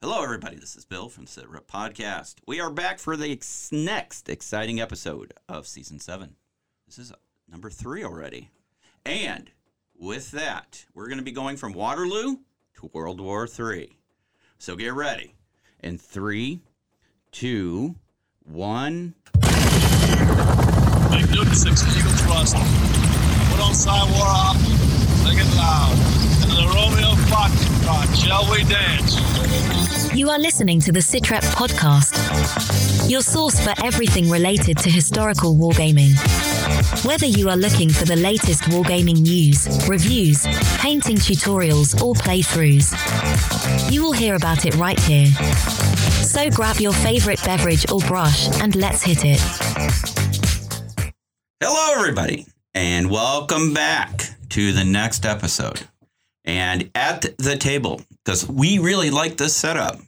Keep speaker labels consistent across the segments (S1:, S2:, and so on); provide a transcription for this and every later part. S1: Hello, everybody. This is Bill from Sit Rep Podcast. We are back for the ex- next exciting episode of season seven. This is number three already. And with that, we're going to be going from Waterloo to World War III. So get ready. In three, two, one.
S2: Make note to six eagle thrust. Put on sidewar up. Sing it loud. And the Romeo Foxtrot. Shall we dance?
S3: You are listening to the Sitrep podcast, your source for everything related to historical wargaming. Whether you are looking for the latest wargaming news, reviews, painting tutorials, or playthroughs, you will hear about it right here. So grab your favorite beverage or brush and let's hit it.
S1: Hello, everybody, and welcome back to the next episode. And at the table, because we really like this setup,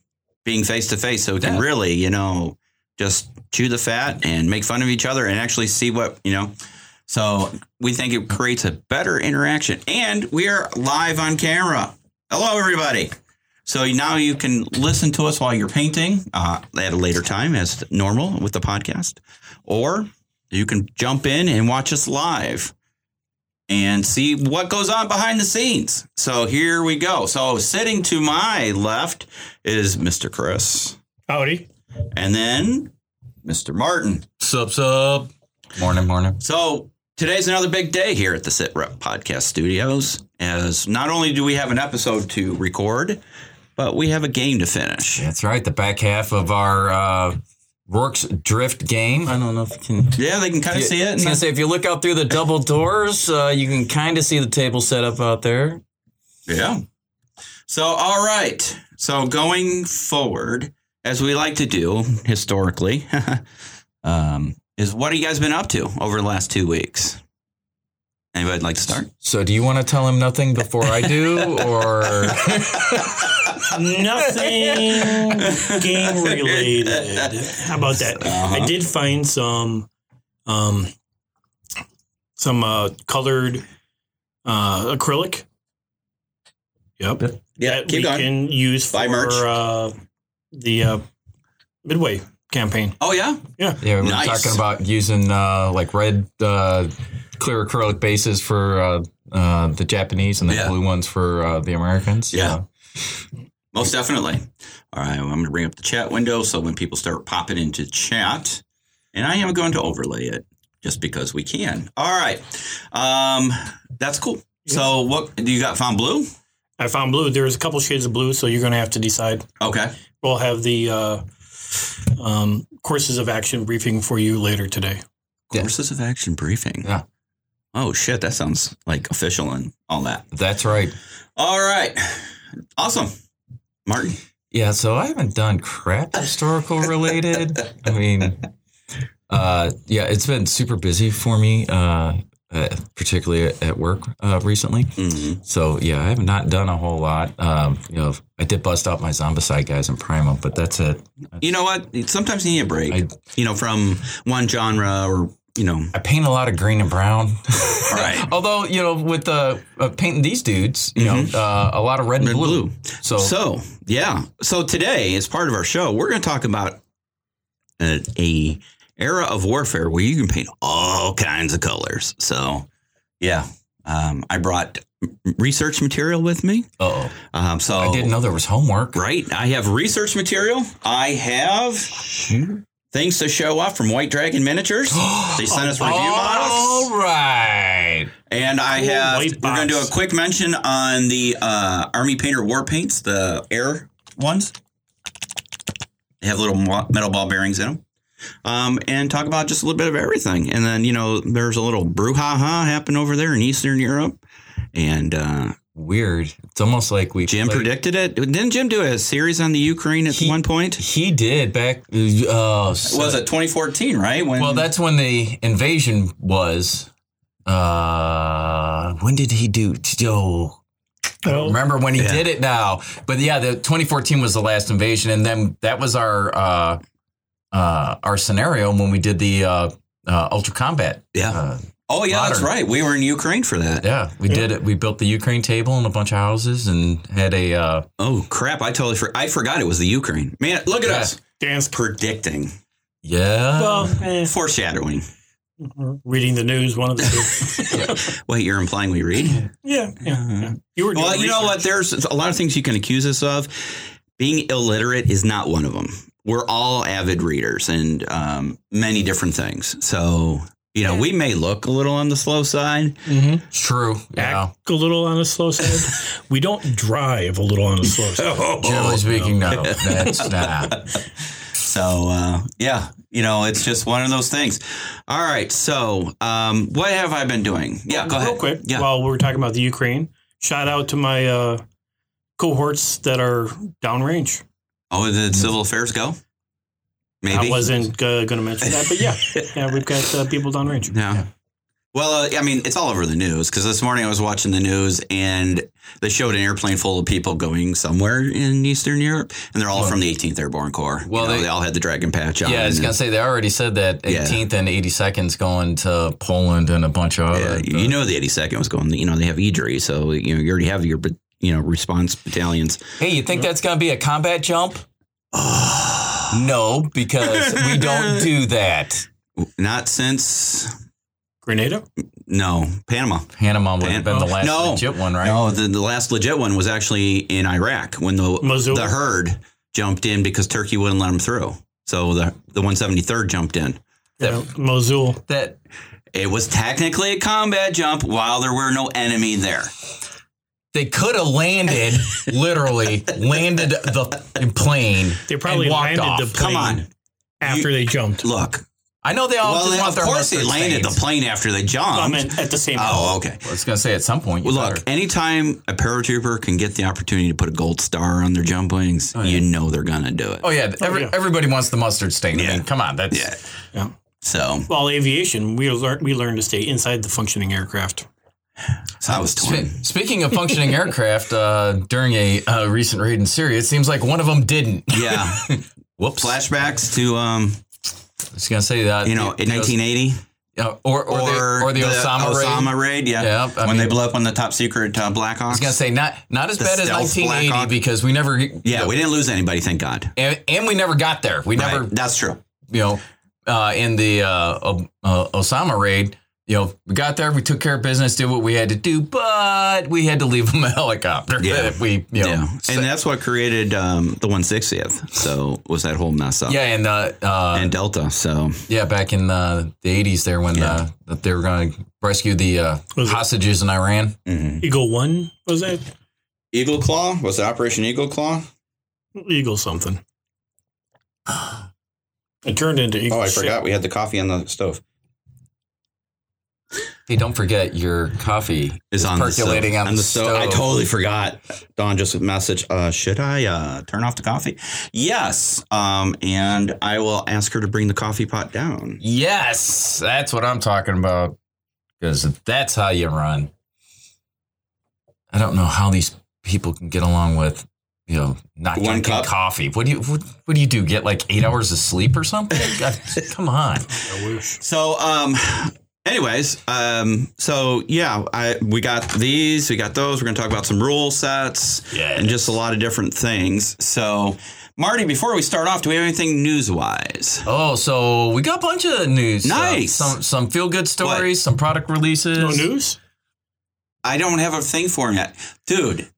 S1: being face to face, so we can
S4: Yeah.
S1: really, you know, just chew the fat and make fun of each other and actually see what, you know. So we think it creates a better interaction. And we are live on camera. Hello, everybody. So now you can listen to us while you're painting uh, at a later time, as normal with the podcast, or you can jump in and watch us live and see what goes on behind the scenes. So here we go. So sitting to my left is Mr. Chris,
S5: Howdy.
S1: and then Mr. Martin.
S4: Sup, sup. Morning, morning.
S1: So today's another big day here at the Sit Rep Podcast Studios. As not only do we have an episode to record, but we have a game to finish.
S4: That's right. The back half of our uh, Rourke's Drift game. I don't know if you can.
S1: Yeah, they can kind of see
S4: I
S1: it.
S4: was gonna say if you look out through the double doors, uh, you can kind of see the table set up out there.
S1: Yeah. So, all right. So, going forward, as we like to do historically, um, is what have you guys been up to over the last two weeks? Anybody like to start?
S4: So, do you want to tell him nothing before I do, or
S5: Nothing game related. How about that?
S1: Uh-huh.
S5: I did find some um some uh colored uh acrylic. Yep.
S1: Yeah,
S5: that
S1: keep
S5: we
S1: going.
S5: can use for
S1: Buy merch.
S5: uh the uh midway campaign.
S1: Oh, yeah.
S4: yeah, we were
S1: Nice.
S4: talking about using uh, like red uh, clear acrylic bases for uh, uh, the Japanese and the
S1: Yeah.
S4: blue ones for uh, the Americans.
S1: Yeah. Most definitely. All right, well, I'm going to bring up the chat window so when people start popping into chat, and I am going to overlay it just because we can. All right, um, that's cool. So, what do you got? Found blue?
S5: I found blue. There's a couple shades of blue, so you're gonna have to decide.
S1: Okay.
S5: We'll have the uh um courses of action briefing for you later today.
S4: Yeah.
S1: Courses of action briefing.
S4: Yeah.
S1: Oh shit, that sounds like official and all that.
S4: that's right.
S1: All right, awesome, Martin.
S4: Yeah, so I haven't done crap historical related. I mean, uh, yeah, it's been super busy for me, uh, uh, particularly at work uh, recently.
S1: Mhm.
S4: So yeah, I have not done a whole lot. Um, you know, I did bust out my Zombicide guys in Primal, but that's it.
S1: You know what? Sometimes you need a break.
S4: I-
S1: you know, from one genre or you know.
S4: I paint a lot of green and brown.
S1: Right.
S4: Although you know, with uh, uh, painting these dudes, you know, uh, a lot of red,
S1: Mm-hmm. Red,
S4: and blue.
S1: blue.
S4: So,
S1: So, yeah. So today, as part of our show, we're going to talk about a, a era of warfare where you can paint all kinds of colors. So, yeah, um, I brought m- research material with me.
S4: oh,
S1: Um, so
S4: I didn't know there was homework.
S1: Right. I have research material. I have things to show off from White Dragon Miniatures. they sent us review models.
S4: All right.
S1: And I have,
S5: white
S1: we're going to do a
S5: box.
S1: quick mention on the uh, Army Painter War Paints, the air ones. They have little mo- metal ball bearings in them. Um, and talk about just a little bit of everything. And then, you know, there's a little brouhaha happen over there in Eastern Europe. And uh,
S4: Weird. It's almost like we
S1: Jim
S4: played-
S1: predicted it. Didn't Jim do a series on the Ukraine at
S4: He-
S1: one point?
S4: He did back. Uh, so-
S1: was it 2014, right? When
S4: Well, that's when the invasion was. Uh, when did he do? Oh, I don't remember when he
S1: Yeah.
S4: did it now. But yeah, the 2014 was the last invasion, and then that was our uh, uh, our scenario when we did the uh, uh, Ultra Combat
S1: yeah.
S4: uh,
S1: Oh yeah, that's
S4: Modern.
S1: right. We were in Ukraine for that.
S4: Yeah, we did it. We built the Ukraine table in a bunch of houses and had a uh,
S1: Oh crap! I totally for- I forgot it was the Ukraine. Man, look at
S4: Yeah.
S1: us
S5: Dance.
S1: predicting,
S4: yeah.
S5: Well, eh,
S1: foreshadowing.
S5: reading the news, one of the
S1: Wait, you're implying we read?
S5: two. yeah, yeah, yeah. You were.
S1: Uh-huh. Well,
S5: doing
S1: you know
S5: research.
S1: what? There's a lot of things you can accuse us of. Being illiterate is not one of them. We're all avid readers and um, many different things. So you know, we may look a little on the slow side.
S5: Mhm.
S4: it's true. Yeah.
S5: Act a little on the slow side. we don't drive a little on the slow side.
S1: Oh,
S4: Generally speaking, no. That's nah.
S1: So uh, yeah, you know, it's just one of those things. All right. So um, what have I been doing? Yeah, go
S5: Real
S1: ahead.
S5: quick,
S1: Yeah.
S5: while we're talking about the Ukraine, shout out to my uh, cohorts that are downrange.
S1: oh, did civil affairs go? Maybe.
S5: I wasn't uh, going to mention that, but yeah, yeah, we've got uh, people downrange.
S1: Yeah. Well, uh, I mean, it's all over the news because this morning I was watching the news and they showed an airplane full of people going somewhere in Eastern Europe, and they're all from the 18th Airborne Corps. Well,
S4: Well,
S1: they,
S4: they-
S1: all had the dragon patch on.
S4: Yeah, I was
S1: and-
S4: gonna say they already said that
S1: Yeah.
S4: 18th and 82nd's going to Poland and a bunch of
S1: Yeah,
S4: other.
S1: you know the 82nd was going. You know they have Idri, so you know you already have your bat- you know response battalions.
S4: Hey, you think that's gonna be a combat jump? no, because we don't do that.
S1: Not since
S5: Grenada?
S1: no Panama.
S4: Panama would have been the last
S1: oh, No.
S4: legit one, right?
S1: No, the, the last legit one was actually in Iraq when the
S5: Mosul?
S1: the herd jumped in because Turkey wouldn't let them through. So the the 173rd jumped in.
S5: Yeah, Mosul.
S4: That
S1: It was technically a combat jump while there were no enemy there.
S4: they could have landed, literally landed the plane.
S5: They probably
S4: and walked
S5: landed
S4: off.
S5: the plane
S1: Come on,
S5: after they jumped.
S1: look.
S4: I know they all
S1: Well,
S4: Oh, just
S1: they-
S4: want
S1: of
S4: their
S1: course they
S4: mustard
S1: landed the
S4: stains.
S1: plane after they
S5: I
S1: jumped.
S5: meant at the same time.
S1: oh, okay.
S4: I was gonna say at some point. you
S1: Well, look,
S4: better-
S1: anytime a paratrooper can get the opportunity to put a gold star on their jump wings,
S4: Oh, yeah.
S1: you know they're going to do it.
S4: Oh yeah, every,
S5: yeah.
S4: everybody wants the mustard stain. I
S1: Yeah.
S4: mean, come on, that's
S1: Yeah.
S5: Yeah.
S1: So,
S5: Well, aviation, we learned we learned to stay inside the functioning aircraft.
S1: so I was torn.
S4: Spe- Speaking of functioning aircraft, uh, during a uh, recent raid in Syria, it seems like one of them didn't.
S1: Yeah.
S4: Whoops. I
S1: Flashbacks to, um,
S4: was gonna say that
S1: you know,
S4: the-
S1: in 1980
S4: the- uh, or or, the, or the, Osama, raid.
S1: raid. yeah.
S4: Yeah, I
S1: when they
S4: mean-
S1: blew up on the top secret uh, Black
S4: I
S1: Hawks.
S4: was gonna say not not as
S1: The
S4: bad as
S1: stealth Black
S4: 1980
S1: Hawk.
S4: because we never
S1: yeah, we didn't lose anybody, thank God.
S4: and, and we never got there. We never
S1: Right, That's true.
S4: you know uh, in the uh, O- uh, Osama raid. You know, we got there, we took care of business, did what we had to do, but we had to leave them a helicopter.
S1: Yeah.
S4: we, you know,
S1: yeah,
S4: sa-
S1: and that's what created um, the 160th. So was that whole mess up?
S4: yeah, and uh, uh,
S1: and Delta. So
S4: Yeah, back in uh, the the eighties, there when
S1: Yeah.
S4: uh, that they were going to rescue the uh,
S5: Was it-
S4: hostages in Iran.
S5: Eagle one was that?
S1: Eagle Claw was it Operation Eagle Claw?
S5: Eagle something. It turned into Eagle.
S1: Oh, I
S5: shit.
S1: forgot we had the coffee on the stove.
S4: Hey, don't forget your coffee
S1: Is on
S4: percolating
S1: the stove.
S4: on, the stove.
S1: I totally forgot. Don just message. Uh, should I uh, turn off the coffee? Yes. Um, and I will ask her to bring the coffee pot down.
S4: Yes, that's what I'm talking about. Because that's how you run. I don't know how these people can get along with you know not
S1: One
S4: drinking
S1: cup?
S4: coffee. What do you what, what do you do? Get like eight hours of sleep or something? God, come on.
S5: I wish.
S1: So, um, anyways, um, so yeah, I we got these, we got those. We're gonna talk about some rule sets
S4: Yes.
S1: and just a lot of different things. So, Marty, before we start off, do we have anything news wise?
S4: Oh, so we got a bunch of news. stuff.
S1: Nice.
S4: some some feel good stories, some product releases.
S5: No news.
S1: I don't have a thing for him yet, dude.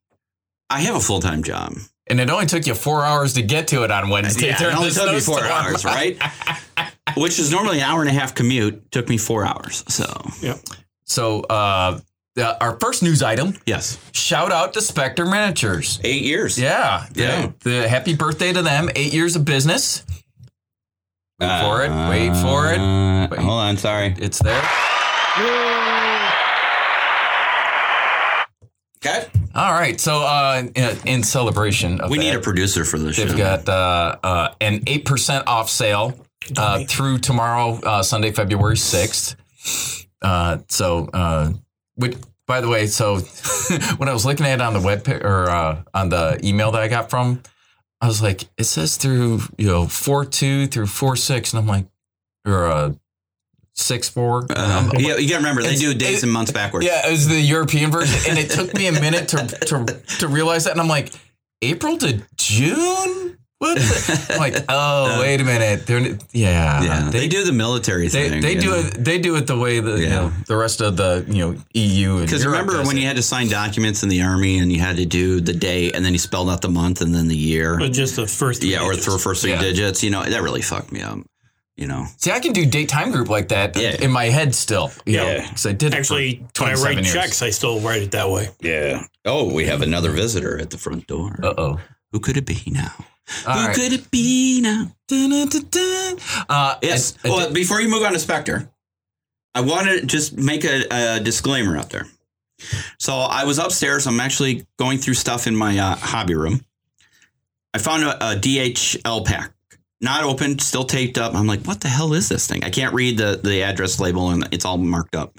S1: I have a full time job.
S4: And it only took you four hours to get to it on Wednesday.
S1: Yeah, it
S4: during
S1: only
S4: the
S1: took me four
S4: snowstorm.
S1: hours, right? Which is normally an hour and a half commute. Took me four hours. So,
S4: So, uh, uh, our first news item
S1: yes,
S4: shout out to Spectre Miniatures.
S1: eight years.
S4: Yeah. the-
S1: Yeah.
S4: The happy birthday to them. Eight years of business. Wait for it. Wait for it.
S1: Uh,
S4: Wait.
S1: Hold on, sorry.
S4: It's there.
S1: Okay.
S4: All right. So, uh, in, in celebration of
S1: We
S4: that,
S1: need a producer for this
S4: They've
S1: show.
S4: got uh, uh, an 8% off sale uh, through tomorrow, uh, Sunday, February 6th. Uh, so, uh, which, by the way, so when I was looking at it on the web pa- or uh, on the email that I got from, I was like, it says through, you know, 4 2 through 4 6. And I'm like, or uh, six four.
S1: Uh, you, you gotta remember they do days
S4: it-
S1: and months backwards.
S4: Yeah, it was the European version, and it took me a minute to to to realize that. And I'm like, April to June. What? The? I'm like, oh, wait a minute. They're yeah,
S1: Yeah, Uh-huh. they, do the military
S4: They,
S1: thing.
S4: they do it. They do it the way the you
S1: Yeah.
S4: know, the rest of the you know EU and
S1: Because
S4: Europe
S1: remember
S4: does
S1: when
S4: it.
S1: you had to sign documents in the army and you had to do the day and then you spelled out the month and then the year.
S5: But just the first. three
S1: Yeah, or
S5: digits.
S1: through first three
S4: Yeah.
S1: digits. You know, that really fucked me up. You know,
S4: see I can do date time group like that
S1: Yeah.
S4: in my head still. You yeah,
S5: Yeah.
S4: because I did it for
S5: Actually, when I
S4: 27
S5: write
S4: years.
S5: checks, I still write it that way.
S1: Yeah. Oh, we have another visitor at the front door.
S4: Uh oh.
S1: Who could it be now?
S4: All
S1: Who
S4: right.
S1: could it be now?
S4: Dun-dun-dun-dun. Uh,
S1: Yes.
S4: I- I
S1: well,
S4: did-
S1: before you move on to Spectre, I want to just make a, a disclaimer out there. So I was upstairs. I'm actually going through stuff in my uh, hobby room. I found a, a DHL pack, not open, still taped up. I'm like, what the hell is this thing? I can't read the, the address label and it's all marked up.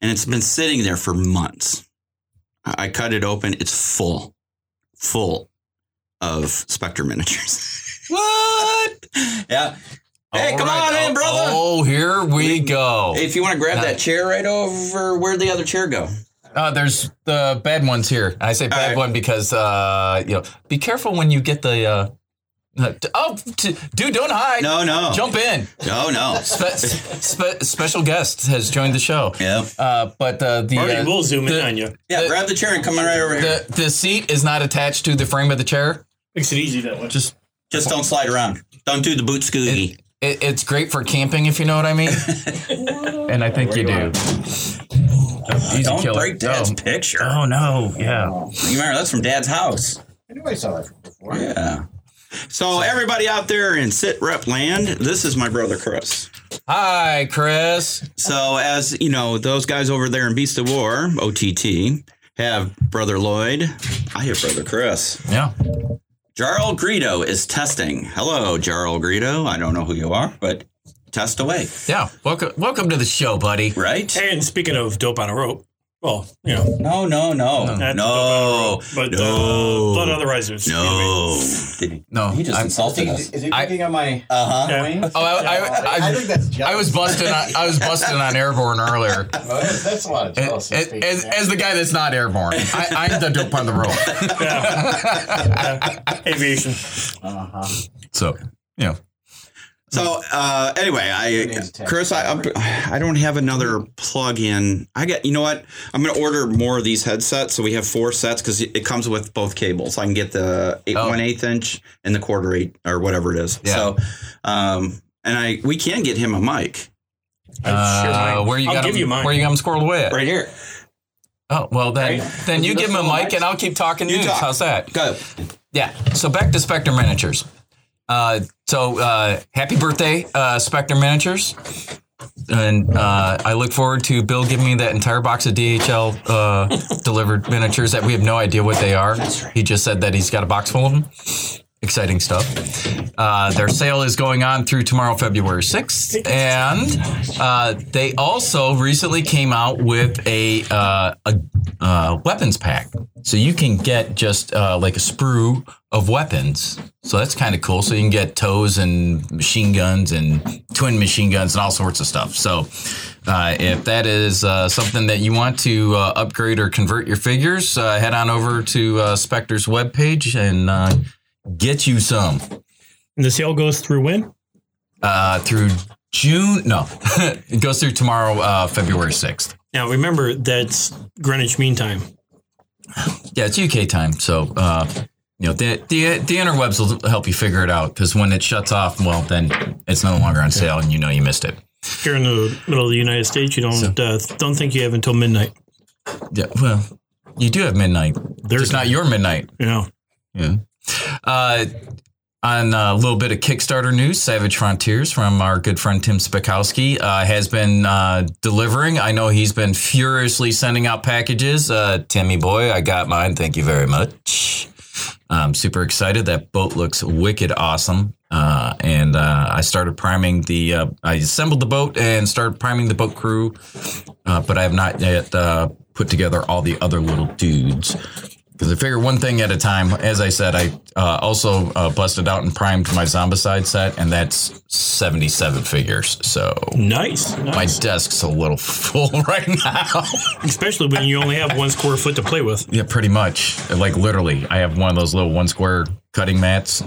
S1: And it's been sitting there for months. I I cut it open. It's full, full of Spectre miniatures.
S4: what?
S1: yeah. Hey,
S4: All
S1: come
S4: right.
S1: on
S4: Oh,
S1: in, brother.
S4: Oh, here we go.
S1: If you want to grab
S4: Nice.
S1: that chair right over, where'd the other chair go?
S4: Uh, there's the bad ones here. I say bad
S1: right.
S4: one because uh, you know, be careful when you get the. Uh, uh, d- oh, t- dude, don't hide.
S1: No, no.
S4: Jump in.
S1: No, no.
S4: Spe- spe- special guest has joined the show.
S1: yeah.
S4: Uh, but uh,
S1: Oh,
S4: the,
S5: Marty,
S4: uh,
S5: we'll zoom
S4: the-
S5: in on you.
S1: Yeah,
S4: The-
S1: grab the chair and come on right over here.
S4: the the seat is not attached to the frame of the chair.
S5: Makes it easy that way.
S4: Just
S1: Just don't slide around. Don't do the boot scoogie.
S4: it, it's great for camping if you know what I mean. and I think you do. Easy
S1: Don't
S4: killer.
S1: break dad's
S4: Oh.
S1: picture.
S4: Oh no! Yeah.
S1: You remember that's from dad's house.
S6: I knew I saw that from before.
S1: Yeah. So everybody out there in sit rep land, this is my brother Chris.
S4: Hi, Chris.
S1: So as you know, those guys over there in Beast of War (OTT) have brother Lloyd. I have brother Chris.
S4: Yeah.
S1: Jarl Greedo is testing. Hello, Jarl Greedo. I don't know who you are, but test away,
S4: Yeah. Welcome, welcome to the show, buddy.
S1: right?
S5: And speaking of dope on a rope, well, you know,
S1: No, no, no,
S5: That's
S1: no,
S5: but
S1: no,
S5: uh, blood on the risers.
S1: no. Did
S4: No,
S1: he just
S4: I'm-
S1: insulted
S6: Is,
S1: us?
S6: is it
S4: I-
S6: picking on my
S1: Uh huh.
S5: Yeah.
S6: wings?
S4: Oh, I, I, I,
S6: I think that's jealousy.
S4: I was busting. On, I was busting on airborne earlier.
S6: Well, that's, that's a lot of
S4: As,
S6: jealousy. speaking.
S4: as, as the guy that's not airborne, I, I'm the dope on the rope.
S5: Aviation.
S6: uh-huh.
S4: So you know,
S1: So uh, anyway, I
S6: needs to
S1: Chris, I I'm- I don't have another plug in. I got you know what? I'm gonna order more of these headsets. So we have four sets because it comes with both cables. I can get the eight
S4: Oh.
S1: one eighth inch and the quarter eight or whatever it is.
S4: Yeah.
S1: So, um, and I we can get him a mic
S5: I sure
S4: uh,
S5: might.
S4: where you
S5: I'll
S4: got
S5: give
S4: him,
S5: you mine.
S4: Where you got him squirreled away at?
S1: here.
S4: Oh well, then then you give him a mic and I'll keep talking news.
S1: talk.
S4: How's that?
S1: Go.
S4: Yeah. So back to Spectre Miniatures. Uh, so uh, happy birthday, uh, Spectre Miniatures. And uh, I look forward to Bill giving me that entire box of DHL uh, delivered miniatures that we have no idea what they are. He just said that he's got a box full of them. Exciting stuff. Uh, their sale is going on through tomorrow, February 6th. And uh, they also recently came out with a, uh, a uh, weapons pack. So you can get just uh, like a sprue of weapons. So that's kind of cool. So you can get tows and machine guns and twin machine guns and all sorts of stuff. So uh, if that is uh, something that you want to uh, upgrade or convert your figures, uh, head on over to uh, Spectre's webpage and uh, get you some
S7: And the sale goes through when?
S4: uh, through June. No, it goes through tomorrow, uh, February 6th.
S5: Now remember that's Greenwich Mean Time.
S4: Yeah, it's UK time, so uh, you know the, the the interwebs will help you figure it out because when it shuts off, well, then it's no longer on sale, and you know you missed it.
S5: Here in the middle of the United States, you don't uh, don't think you have until midnight.
S4: Yeah, well, you do have midnight. There's not your midnight.
S5: You know,
S4: Yeah. Uh, on a little bit of Kickstarter news, Savage Frontiers from our good friend Tim Spikowski uh, has been uh, delivering. I know he's been furiously sending out packages. Uh, Timmy boy, I got mine. Thank you very much. I'm super excited. That boat looks wicked awesome. Uh, and uh, I started priming the. Uh, I assembled the boat and started priming the boat crew, uh, but I have not yet uh, put together all the other little dudes Because I figure one thing at a time. As I said, I uh, also uh, busted out and primed my Zombicide set, and that's 77 figures. So
S5: Nice.
S4: my
S5: nice.
S4: desk's a little full right now.
S7: Especially when you only have one square foot to play with.
S4: yeah, pretty much. Like literally, I have one of those little one square cutting mats,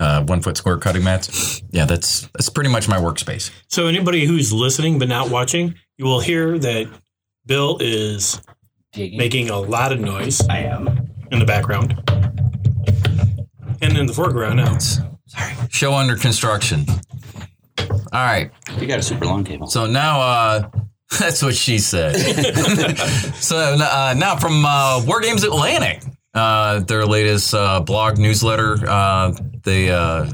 S4: uh, one foot square cutting mats. Yeah, that's that's pretty much my workspace.
S7: So anybody who's listening but not watching, you will hear that Bill is making a lot of noise
S6: I am.
S7: in the background. And in the foreground now.
S4: Show under construction. All right.
S1: You got a super long table.
S4: So now, uh, that's what she said. so uh, now from uh, War Games Atlantic, uh, their latest uh, blog newsletter, uh, they uh,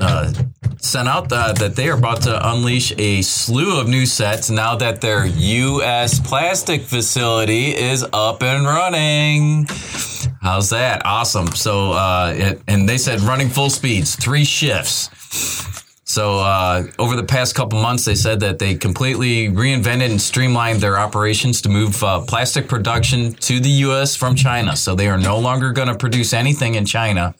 S4: uh, sent out uh, that they are about to unleash a slew of new sets now that their U.S. plastic facility is up and running. How's that? Awesome. So, uh, it, and they said running full speeds, three shifts. So uh, over the past couple months, they said that they completely reinvented and streamlined their operations to move uh, plastic production to the U.S. from China. So they are no longer going to produce anything in China.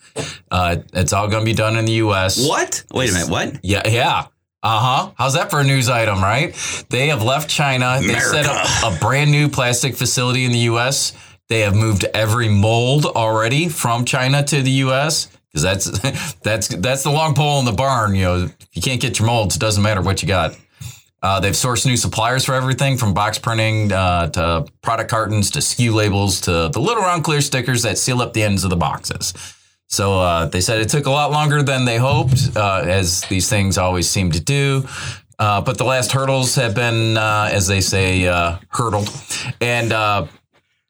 S4: Uh, it's all going to be done in the U.S.
S1: What? Wait a minute. What?
S4: Yeah, yeah. Uh huh. How's that for a news item, right? They have left China. They set up a brand new plastic facility in the U.S. They have moved every mold already from China to the U.S. because that's that's that's the long pole in the barn. You know, if you can't get your molds, it doesn't matter what you got. Uh, they've sourced new suppliers for everything from box printing uh, to product cartons to SKU labels to the little round clear stickers that seal up the ends of the boxes. So uh, they said it took a lot longer than they hoped, uh, as these things always seem to do. Uh, but the last hurdles have been, uh, as they say, uh, hurdled. And uh,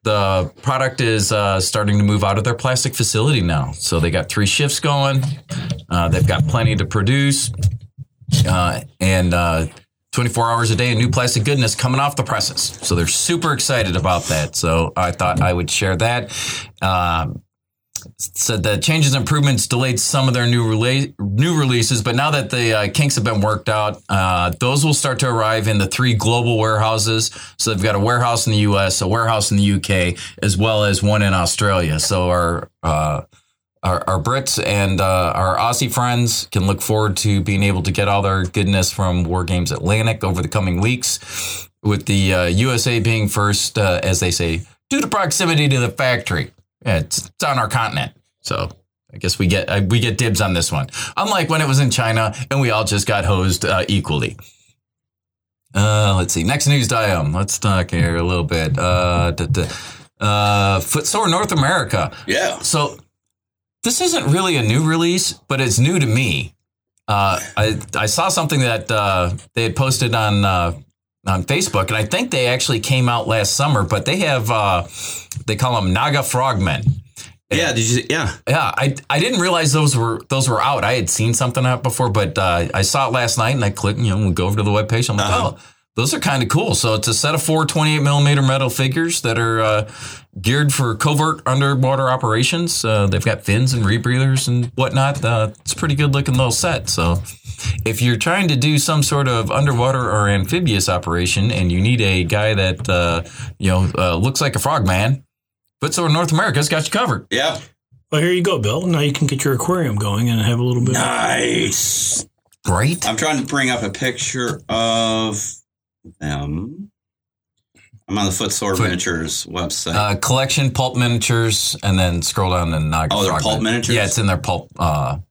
S4: the product is uh, starting to move out of their plastic facility now. So they got three shifts going, uh, they've got plenty to produce. Uh, and uh, 24 hours a day of new plastic goodness coming off the presses. So they're super excited about that. So I thought I would share that. Um, said that changes and improvements delayed some of their new rela- new releases, but now that the uh, kinks have been worked out, uh, those will start to arrive in the three global warehouses. So they've got a warehouse in the U.S., a warehouse in the U.K., as well as one in Australia. So our uh, our, our Brits and uh, our Aussie friends can look forward to being able to get all their goodness from War Games Atlantic over the coming weeks, with the uh, USA being first, uh, as they say, due to proximity to the factory. Yeah, it's, it's on our continent, so I guess we get uh, we get dibs on this one. Unlike when it was in China, and we all just got hosed uh, equally. Uh, let's see. Next news item. Let's talk here a little bit. Uh, da, da. uh, Footsore North America.
S1: Yeah.
S4: So this isn't really a new release, but it's new to me. Uh, I I saw something that uh, they had posted on uh, on Facebook, and I think they actually came out last summer. But they have uh, they call them Naga Frogmen.
S1: Yeah. Did you? Yeah.
S4: Yeah, I I didn't realize those were those were out. I had seen something out before, but uh, I saw it last night, and I clicked. You know, we go over to the webpage. I'm like, oh, those are kind of cool. So it's a set of four 28 millimeter metal figures that are uh, geared for covert underwater operations. Uh, they've got fins and rebreathers and whatnot. Uh, it's a pretty good looking little set. So if you're trying to do some sort of underwater or amphibious operation, and you need a guy that uh, you know uh, looks like a frogman, but so North America's got you covered.
S1: Yeah.
S5: Well, here you go, Bill. Now you can get your aquarium going and have a little bit.
S1: Nice.
S4: Right?
S1: I'm trying to bring up a picture of them. I'm on the Footsore
S4: Foot-
S1: Miniatures website.
S4: Uh, collection pulp miniatures, and then scroll down to Naga.
S1: Oh, they're
S4: Frog
S1: pulp
S4: Men-
S1: miniatures?
S4: Yeah, it's in their pulp uh, pulp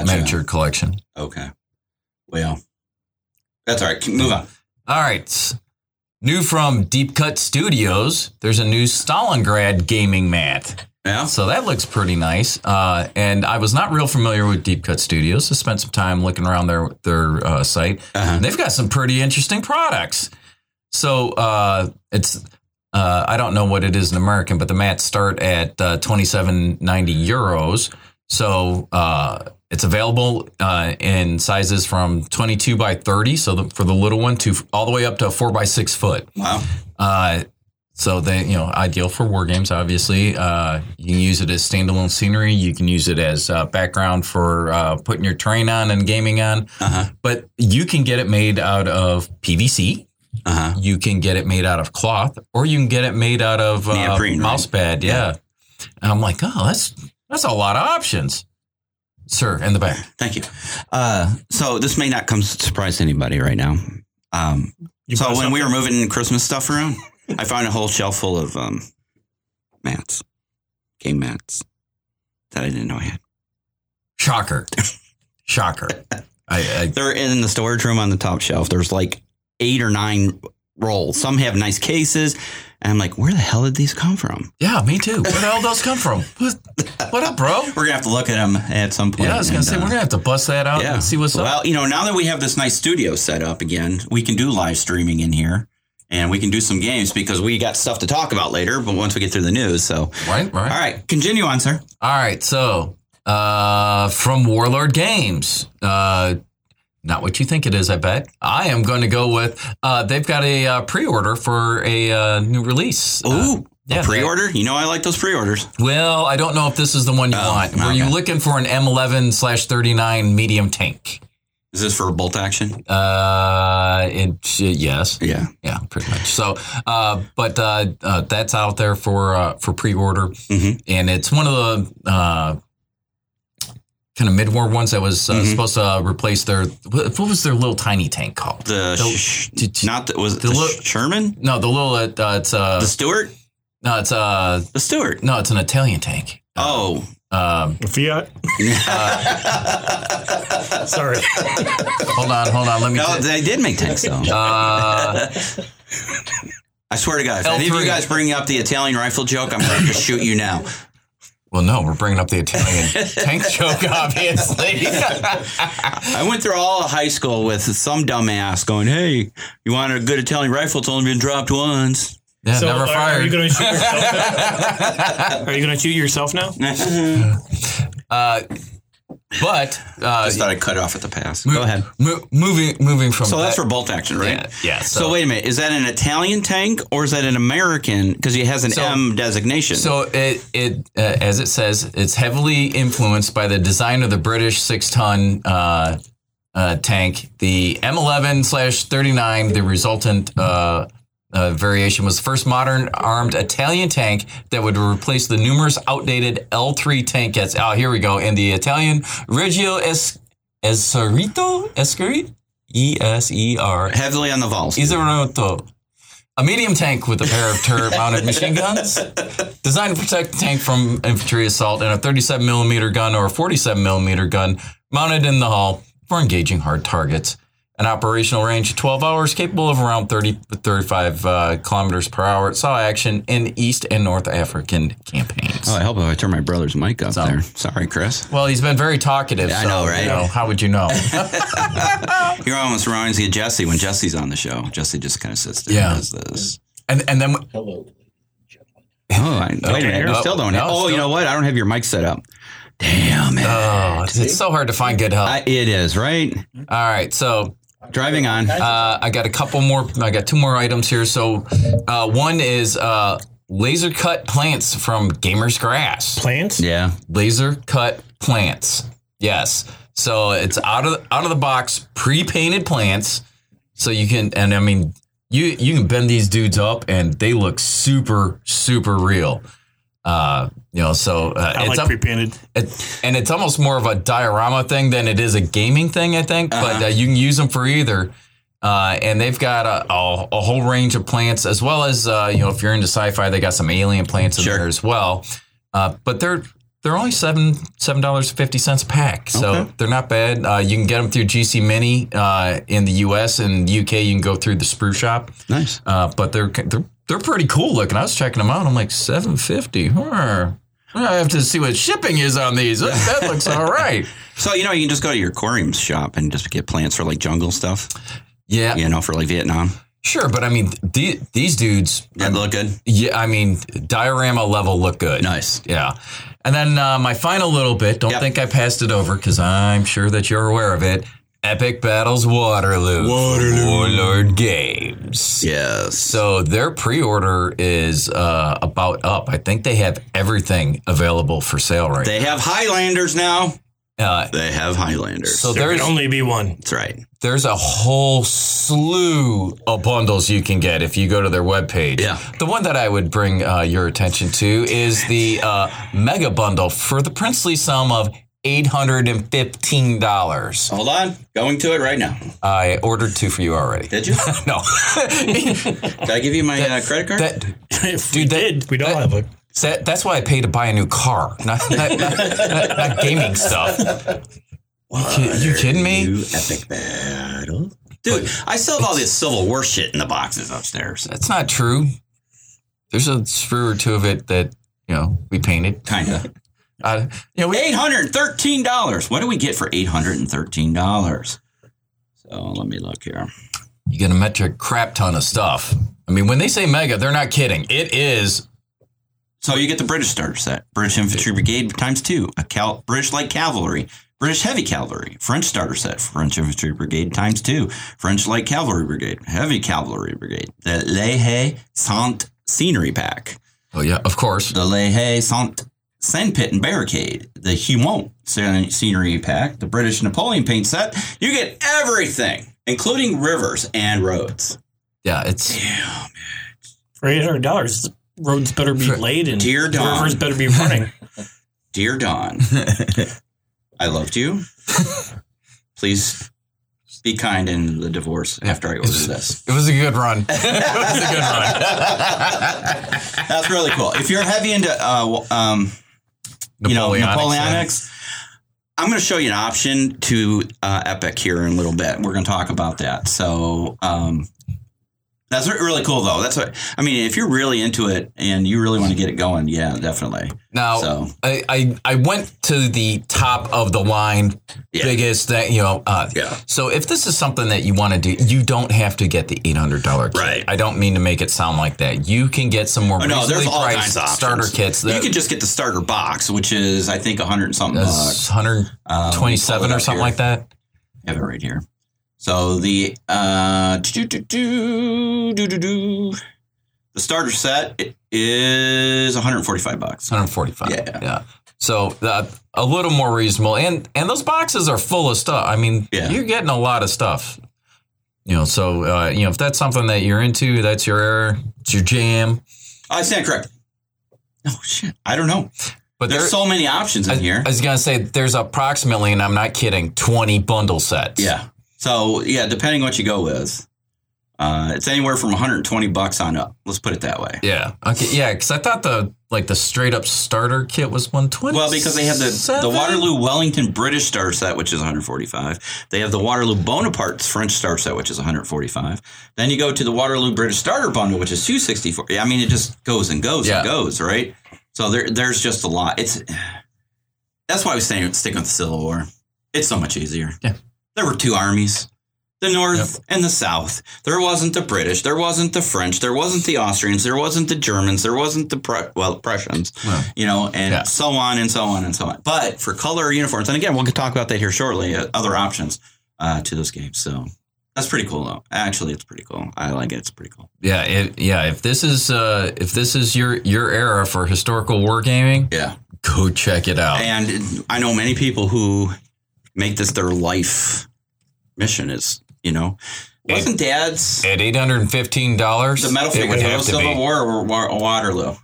S1: Gotcha.
S4: miniature collection.
S1: Okay. Well, that's all right. Keep- Move on.
S4: All right, new from Deep Cut Studios. There's a new Stalingrad gaming mat.
S1: Yeah.
S4: So that looks pretty nice. Uh, and I was not real familiar with Deep Cut Studios. I spent some time looking around their their uh, site.
S1: Uh-huh.
S4: And they've got some pretty interesting products. So uh, it's uh, I don't know what it is in American, but the mats start at uh, twenty seven ninety euros. So uh, it's available uh, in sizes from twenty two by thirty, so the, for the little one to all the way up to four by six foot.
S1: Wow.
S4: Uh, so they, you know, ideal for war games. Obviously, uh, you can use it as standalone scenery. You can use it as uh, background for uh, putting your terrain on and gaming on.
S1: Uh huh.
S4: But you can get it made out of PVC,
S1: Uh-huh.
S4: you can get it made out of cloth or you can get it made out of uh,
S1: Neoprene, right?
S4: mouse pad. Yeah. And I'm like, oh, that's that's a lot of options. Sir, in the back.
S1: Thank you. Uh, so this may not come s- surprise to anybody right now. Um,
S7: You
S1: so
S7: bought
S1: when we were
S7: something?
S1: moving Christmas stuff around, I found a whole shelf full of um, mats, game mats that I didn't know I had.
S4: Shocker. Shocker. I, I
S1: They're in the storage room on the top shelf. There's like eight or nine rolls. Some have nice cases, and I'm like, where the hell did these come from?
S4: yeah, me too. Where the hell those come from? What, what up, bro?
S1: We're gonna have to look at them at some point.
S4: Yeah, I was gonna
S1: and,
S4: say
S1: uh,
S4: we're gonna have to bust that out and see what's
S1: well,
S4: up.
S1: you know, now that we have this nice studio set up again, we can do live streaming in here and we can do some games because we got stuff to talk about later, but once we get through the news. So,
S4: Right, right.
S1: all right, continue on, sir.
S4: All right, so uh, from Warlord Games, uh, not what you think it is, I bet. I am going to go with uh, they've got a uh, pre-order for a uh, new release.
S1: Ooh,
S4: Uh,
S1: a
S4: yeah,
S1: pre-order? You know I like those pre-orders.
S4: well, I don't know if this is the one you
S1: Oh,
S4: want. Were you
S1: okay.
S4: looking for an M11 slash 39 medium tank?
S1: Is this for bolt action?
S4: Uh, it, yes.
S1: Yeah.
S4: Yeah, pretty much. So, uh, but uh, uh, that's out there for uh, for pre order,
S1: Mhm.
S4: and it's one of the uh, kind of mid war ones that was uh,
S1: Mhm.
S4: supposed to uh, replace their what what was their little tiny tank called?
S1: The,
S4: The-
S1: sh-
S4: t- t-
S1: not the, was it
S4: the
S1: the,
S4: lo-
S1: Sherman?
S4: No, the little uh, uh, it's uh,
S1: the Stewart?
S4: no, it's uh,
S1: The Stewart.
S4: no, it's an Italian tank.
S1: Oh.
S4: Um,
S7: Fiat.
S4: uh,
S7: Sorry.
S4: hold on, hold on, let me.
S1: no, they did make tanks though.
S4: uh,
S1: I swear to God, if any of
S4: L3.
S1: you guys bring up the Italian rifle joke, I'm going to just shoot you now.
S4: well, no, we're bringing up the Italian tank joke, obviously.
S1: I went through all of high school with some dumbass going, "Hey, you want a good Italian rifle? It's only been dropped once."
S4: yeah,
S7: So
S4: never
S7: are,
S4: fired.
S7: are you going to shoot yourself now? Are you going to shoot yourself now?
S4: uh, but uh,
S1: Just thought I'd cut off at the pass.
S4: Mo-
S1: Go ahead.
S4: mo- moving, moving from
S1: So that's
S4: that-
S1: for bolt action, right?
S4: yeah, yeah.
S1: So,
S4: So,
S1: wait a minute. Is that an Italian tank or is that an American? Because it has an
S4: So-
S1: M designation.
S4: so it it uh, as it says, it's heavily influenced by the design of the British six ton uh, uh, tank, the M11 slash 39. The resultant. Uh, uh, variation was the first modern armed Italian tank that would replace the numerous outdated L3 tankettes. Oh, here we go. In the Italian Reggio Es- Eserito? Escari? E S E R
S1: heavily on the vols.
S4: Izaruto, a medium tank with a pair of turret-mounted machine guns, designed to protect the tank from infantry assault, and a 37 millimeter gun or a 47 millimeter gun mounted in the hull for engaging hard targets. An operational range of 12 hours, capable of around 30 to 35 uh, kilometers per hour. It saw action in East and North African campaigns.
S1: Oh, I hope I turn my brother's mic up
S4: So-
S1: there. Sorry, Chris.
S4: Well, he's been very talkative.
S1: Yeah, I
S4: so,
S1: know, right?
S4: You know, how would you know?
S1: You're almost reminds me of Jesse when Jesse's on the show. Jesse just kind of sits there
S4: Yeah.
S1: and does this.
S4: and and then
S6: Hello.
S1: Oh, I, wait a minute.
S4: No,
S1: I still don't.
S4: no,
S1: have, oh, you
S4: still-
S1: know what? I don't have your mic set up. Damn it.
S4: oh, it's so hard to find good help.
S1: I, it is right.
S4: All right, so
S1: Driving on.
S4: Uh, I got a couple more. I got two more items here. So, uh, one is uh, laser cut plants from Gamer's Grass.
S7: Plants?
S1: yeah.
S4: Laser cut plants. Yes. So it's out of out of the box, pre painted plants. So you can, and I mean, you you can bend these dudes up, and they look super super real. Uh, you know, so uh,
S7: I
S4: it's
S7: like
S4: up,
S7: pre-painted.
S4: it, and it's almost more of a diorama thing than it is a gaming thing, I think. But uh, you can use them for either. Uh, and they've got a, a, a whole range of plants, as well as uh, you know, if you're into sci-fi, they got some alien plants in
S1: Sure.
S4: there as well. Uh, but they're they're only seven seven dollars fifty cents a pack, so they're not bad. Uh, you can get them through GC Mini uh, in the U.S. and UK. You can go through the Sprue Shop.
S1: Nice.
S4: Uh, but they're they're they're pretty cool looking. I was checking them out. I'm like seven fifty. Hmm. I have to see what shipping is on these. That, that looks all right.
S1: So you know you can just go to your Corium shop and just get plants for like jungle stuff.
S4: Yeah,
S1: You know, for like Vietnam.
S4: sure. But I mean, the, these dudes.
S1: That look good.
S4: Yeah, I mean, diorama level look good.
S1: Nice.
S4: Yeah. And then uh, my final little bit. Don't
S1: Yep.
S4: think I passed it over because I'm sure that you're aware of it. Epic Battles Waterloo. Waterloo. Warlord Games.
S1: Yes.
S4: So their pre-order is uh, about up. I think they have everything available for sale right
S1: They have Highlanders now.
S4: now. Uh,
S1: They have Highlanders.
S4: so
S7: There
S4: there's
S7: can only be one.
S1: That's right.
S4: there's a whole slew of bundles you can get if you go to their webpage.
S1: Yeah.
S4: The one that I would bring uh, your attention to is the uh, mega bundle for the princely sum of $815.
S1: Hold on. Going to it right now.
S4: I ordered two for you already.
S1: Did you?
S4: No.
S1: Did I give you my uh, credit card?
S4: that,
S5: if
S4: dude, that,
S7: Did we don't have a
S4: that- that's why I pay to buy a new car, not, not, not, not- not gaming stuff. You, ki- you kidding me?
S1: epic battle. Dude, I still have all this Civil War shit in the boxes upstairs.
S4: That's not true. There's a screw or two of it that, you know, we painted.
S1: Kind of.
S4: Uh, you know, we,
S1: $813. What do we get for $813? So let me look here.
S4: you get a metric crap ton of stuff. I mean, when they say mega, they're not kidding. It is
S1: So you get the British starter set, British Infantry Brigade times two, a cal- British Light Cavalry, British Heavy Cavalry, French starter set, French Infantry Brigade times two, French Light Cavalry Brigade, Heavy Cavalry Brigade, the Le Haye Saint Scenery Pack,
S4: Oh yeah, of course.
S1: the Le Haye Saint Sandpit and Barricade, the Humont Scen- Scenery Pack, the British Napoleon Paint set. You get everything, including rivers and roads.
S4: Yeah, it's
S5: for eight hundred dollars, roads better be
S4: For-
S5: laid and
S1: Dear Dawn.
S5: rivers better be running.
S1: Dear Dawn, I loved you. Please be kind in the divorce after I order this.
S4: it was a good run. it was a good run.
S1: That's really cool. If you're heavy into uh, um, you know Napoleonics, I'm going to show you an option to uh, Epic here in a little bit. We're going to talk about that. So um, that's re- really cool, though. That's what I mean. If you're really into it and you really want to get it going, yeah, definitely.
S4: Now
S1: So-
S4: I, I I went to the top of the line,
S1: Yeah.
S4: biggest that you know. Uh,
S1: Yeah.
S4: So if this is something that you want to do, you don't have to get the eight hundred dollar kit.
S1: Right.
S4: I don't mean to make it sound like that. You can get some more
S1: Oh, no, there's
S4: reasonably
S1: all
S4: priced
S1: kinds of options.
S4: starter kits.
S1: you can just get the starter box, which is I think 100 and something bucks.
S4: one hundred twenty-seven
S1: Um,
S4: or something
S1: here.
S4: like that.
S1: I have it right here. So the uh do do do do do do the starter set i- is 145 bucks.
S4: 145.
S1: Yeah.
S4: So uh, a little more reasonable, and and those boxes are full of stuff. I mean,
S1: Yeah.
S4: you're getting a lot of stuff. You know, so uh, you know if that's something that you're into, that's your error, it's your jam.
S1: I stand correct. Oh shit, I don't know.
S4: But
S1: There's
S4: there-
S1: so many options in
S4: I,
S1: here.
S4: I was gonna say there's approximately, and I'm not kidding, 20 bundle sets.
S1: yeah. So yeah, depending what you go with, uh, it's anywhere from 120 bucks on up. Let's put it that way.
S4: Yeah. Okay. Yeah. Because I thought the like the straight up starter kit was 120.
S1: Well, because they have the, the Waterloo Wellington British Star Set, which is 145. They have the Waterloo Bonaparte's French Star Set, which is 145. Then you go to the Waterloo British Starter Bundle, which is 264. Yeah, I mean, it just goes and goes
S4: Yeah.
S1: and goes, right? So there, there's just a lot. It's that's why I was saying stick with the Civil War. It's so much easier.
S4: Yeah.
S1: there were two armies. The North and the South. There wasn't the British. There wasn't the French. There wasn't the Austrians. There wasn't the Germans. There wasn't the Pru- well Prussians
S4: Well,
S1: you know, and
S4: Yeah.
S1: so on and so on and so on. But for color uniforms, and again, we'll talk about that here shortly. Uh, other options uh, to those games, so that's pretty cool though. Actually, it's pretty cool. I like it. It's pretty cool.
S4: yeah. It, yeah. If this is uh if this is your your era for historical wargaming,
S1: Yeah,
S4: go check it out.
S1: and I know many people who make this their life mission. Is you know, wasn't Dad's
S4: At eight hundred and fifteen dollars,
S1: the medal
S4: it
S1: figures
S4: would
S1: for the
S4: have to
S1: Civil
S4: be.
S1: War or Wa- Waterloo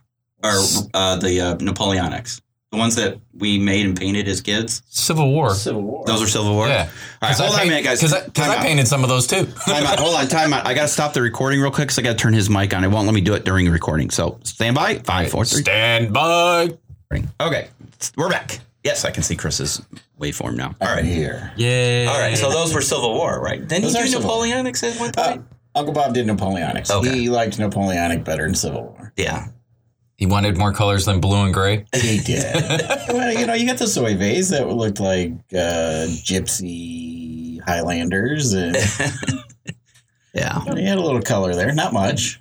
S1: or uh, the uh, Napoleonics, the ones that we made and painted as kids.
S4: Civil War.
S6: Civil War.
S1: Those are Civil War.
S4: Yeah.
S1: All right, hold
S4: I
S1: on a
S4: paint-
S1: minute, guys.
S4: Because I, 'cause
S1: Time
S4: I
S1: out.
S4: painted some of those too.
S1: Time out. Hold on. Time out. I got to stop the recording real quick because I got to turn his mic on. It won't let me do it during recording. So stand by. Five, four, three.
S4: Stand by.
S1: Okay. We're back. Yes, I can see Chris's waveform now. All right.
S6: here.
S4: Yeah.
S1: All right. So those were Civil War, right? Then you
S6: Those are
S1: do
S6: Civil War.
S1: Napoleonics at one
S6: Uh,
S1: point?
S6: Uncle Bob did Napoleonics.
S1: Okay.
S6: He liked Napoleonic better than Civil War.
S1: yeah.
S4: he wanted more colors than blue and gray.
S6: He did. well, you know, you got the soy vase that looked like uh, gypsy Highlanders, and
S1: Yeah.
S6: you had a little color there, not much,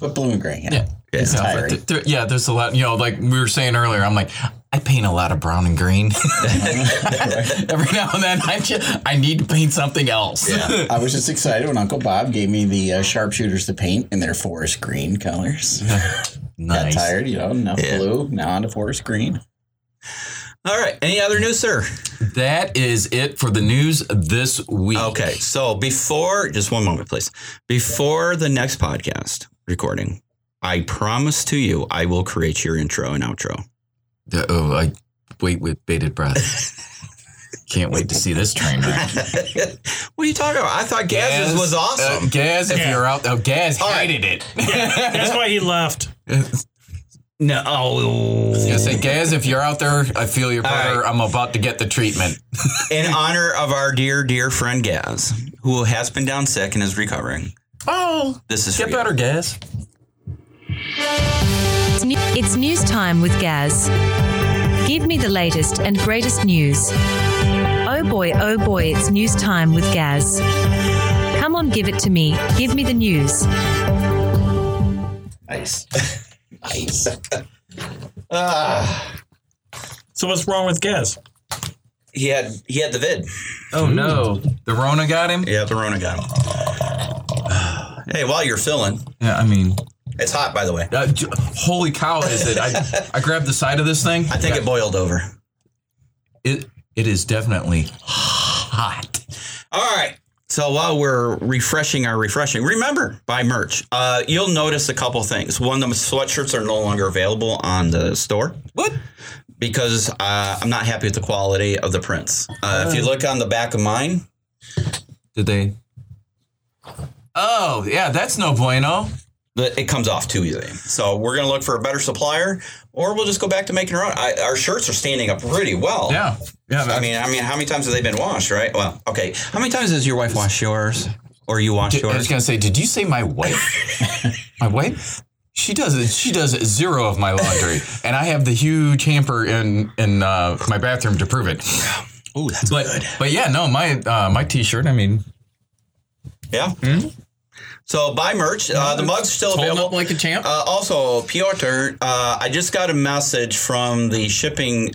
S6: but blue and gray. Yeah,
S4: Yeah.
S6: it's
S4: Yeah, but
S6: tiring.
S4: th- th- yeah, there's a lot. You know, like we were saying earlier, I'm like, I paint a lot of brown and green. Every now and then, I just, I need to paint something else. Yeah.
S6: I was just excited when Uncle Bob gave me the uh, sharpshooters to paint in their forest green colors.
S4: nice.
S6: Got tired, you know, enough
S1: Yeah.
S6: blue, now on to forest green.
S1: All right. Any other news, sir?
S4: That is it for the news this week.
S1: Okay. So before, just one moment, please. Before the next podcast recording, I promise to you, I will create your intro and outro.
S4: Uh, Oh, I wait with bated breath. Can't wait to see this train wreck.
S1: what are you talking about? I thought Gaz's was awesome.
S4: Uh, Gaz, if
S7: Yeah.
S4: you're out, oh, Gaz
S1: Uh, All right.
S4: hated it.
S7: That's why he left.
S1: no.
S4: I was gonna say, Gaz, if you're out there, I feel your
S1: All
S4: brother. I'm about to get the treatment.
S1: In honor of our dear, dear friend Gaz, who has been down sick and is recovering.
S4: Oh,
S1: This is for
S4: get
S1: you.
S4: better, Gaz.
S3: It's, new- it's news time with Gaz. Give me the latest and greatest news. Oh boy, oh boy, it's news time with Gaz. Come on, give it to me. Give me the news.
S6: Nice. nice.
S7: So what's wrong with Gaz?
S1: He had he had the vid.
S4: Oh no, the Rona got him.
S1: Yeah, the Rona got him. hey, while you're filling,
S4: Yeah, I mean,
S1: it's hot by the way.
S4: uh, j- holy cow, is it? I I grabbed the side of this thing.
S1: I think it boiled over.
S4: it it is definitely hot.
S1: All right. So while we're refreshing our refreshing, remember buy merch. Uh, you'll notice a couple things. One, the sweatshirts are no longer available on the store.
S4: What?
S1: because uh, I'm not happy with the quality of the prints. Uh, if you look on the back of mine,
S4: Did they? Oh yeah, that's no bueno.
S1: the, it comes off too easy. So we're gonna look for a better supplier, or we'll just go back to making our own. I, our shirts are standing up pretty well.
S4: Yeah, yeah.
S1: I mean, I mean, how many times have they been washed? Right. Well, okay. How many times has your wife washed yours, or you washed
S4: I was
S1: yours?
S4: gonna say, did you say my wife? my wife? She does she does zero of my laundry, and I have the huge hamper in in uh, my bathroom to prove it.
S1: Ooh, that's
S4: But but yeah, no, my uh, my t shirt. I mean,
S1: yeah.
S4: Hmm?
S1: So buy merch. Uh, the mugs still
S4: holding
S1: available.
S4: up like a champ.
S1: Uh, also, Piotr, uh, I just got a message from the shipping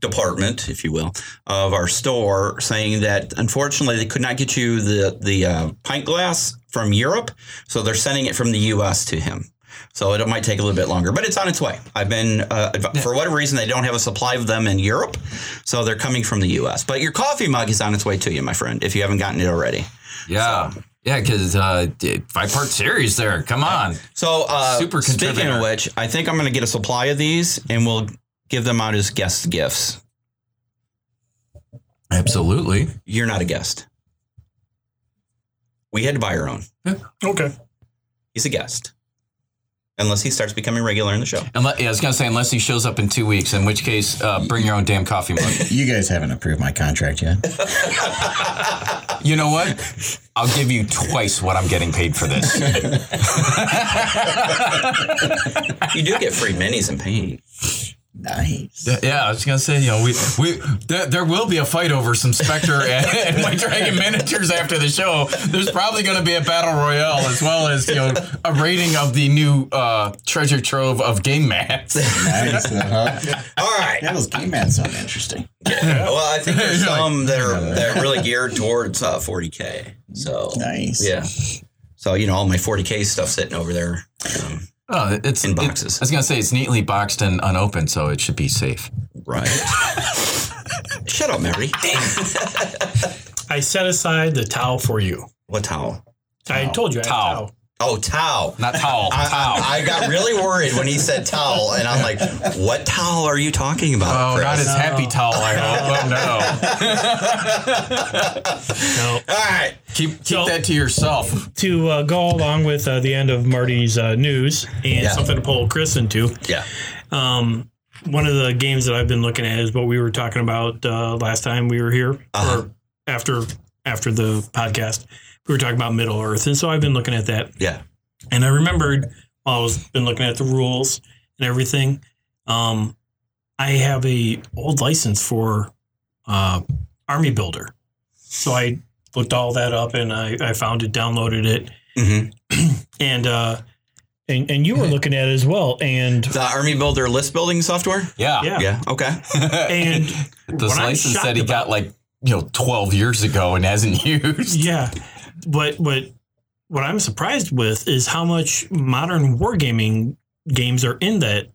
S1: department, if you will, of our store saying that unfortunately they could not get you the the uh, pint glass from Europe, so they're sending it from the U.S. to him. So it might take a little bit longer, but it's on its way. I've been uh, adv- for whatever reason they don't have a supply of them in Europe, so they're coming from the U.S. But your coffee mug is on its way to you, my friend, if you haven't gotten it already.
S4: yeah, yeah, because uh, five part series there. Come on,
S1: So, uh,
S4: Super
S1: speaking of
S4: contributor.
S1: which, I think I'm going to get a supply of these and we'll give them out as guest gifts.
S4: absolutely.
S1: You're not a guest. We had to buy our own.
S7: Okay.
S1: He's a guest. Unless he starts becoming regular in the show.
S4: Unless, yeah, I was gonna say unless he shows up in two weeks, in which case, uh, bring your own damn coffee mug.
S6: You guys haven't approved my contract yet.
S4: You know what? I'll give you twice what I'm getting paid for this.
S1: You do get free minis and paint.
S6: Nice.
S4: Yeah, I was gonna say, you know, we we there, there will be a fight over some Spectre and, and White Dragon miniatures after the show. There's probably gonna be a battle royale as well as you know a rating of the new uh, treasure trove of game mats.
S6: Nice. Uh-huh.
S1: All right.
S6: That was game man sound interesting.
S1: Well, I think there's some that are that are really geared towards uh, 40K. So,
S6: Nice.
S1: yeah. So, you know, all my 40K stuff sitting over there. Um,
S4: Oh, it's
S1: In
S4: it-
S1: boxes.
S4: I was gonna say it's neatly boxed and unopened, so it should be safe.
S1: right. Shut up, Mary.
S7: I set aside the towel for you.
S1: What towel?
S7: I told you I had
S4: Towel.
S7: towel.
S1: Oh, towel.
S4: Not towel. towel.
S1: I, I got really worried when he said towel, and I'm like, "What towel are you talking about?"
S4: Oh, not
S1: Chris?"
S4: his happy towel. I hope. Oh no!
S7: No.
S1: All right,
S4: Keep keep
S7: So-
S4: that to yourself.
S7: To uh, go along with uh, the end of Marty's uh, news and
S1: Yeah.
S7: something to pull Chris into,
S1: yeah,
S7: um, one of the games that I've been looking at is what we were talking about uh, last time we were here,
S1: Uh-huh.
S7: or after after the podcast, we were talking about Middle Earth, and so I've been looking at that.
S1: yeah.
S7: And I remembered while I was been looking at the rules and everything, um, I have a old license for uh, Army Builder. So I looked all that up and I, I found it, downloaded it,
S1: hmm
S7: and uh, and and you were looking at it as well. And
S1: The Army Builder list building software.
S4: Yeah.
S7: yeah,
S1: Yeah. Okay.
S7: and
S4: This
S7: what I'm
S4: license
S7: shocked
S4: that he got like you know 12 years ago and hasn't used.
S7: Yeah, but what what I'm surprised with is how much modern wargaming games are in that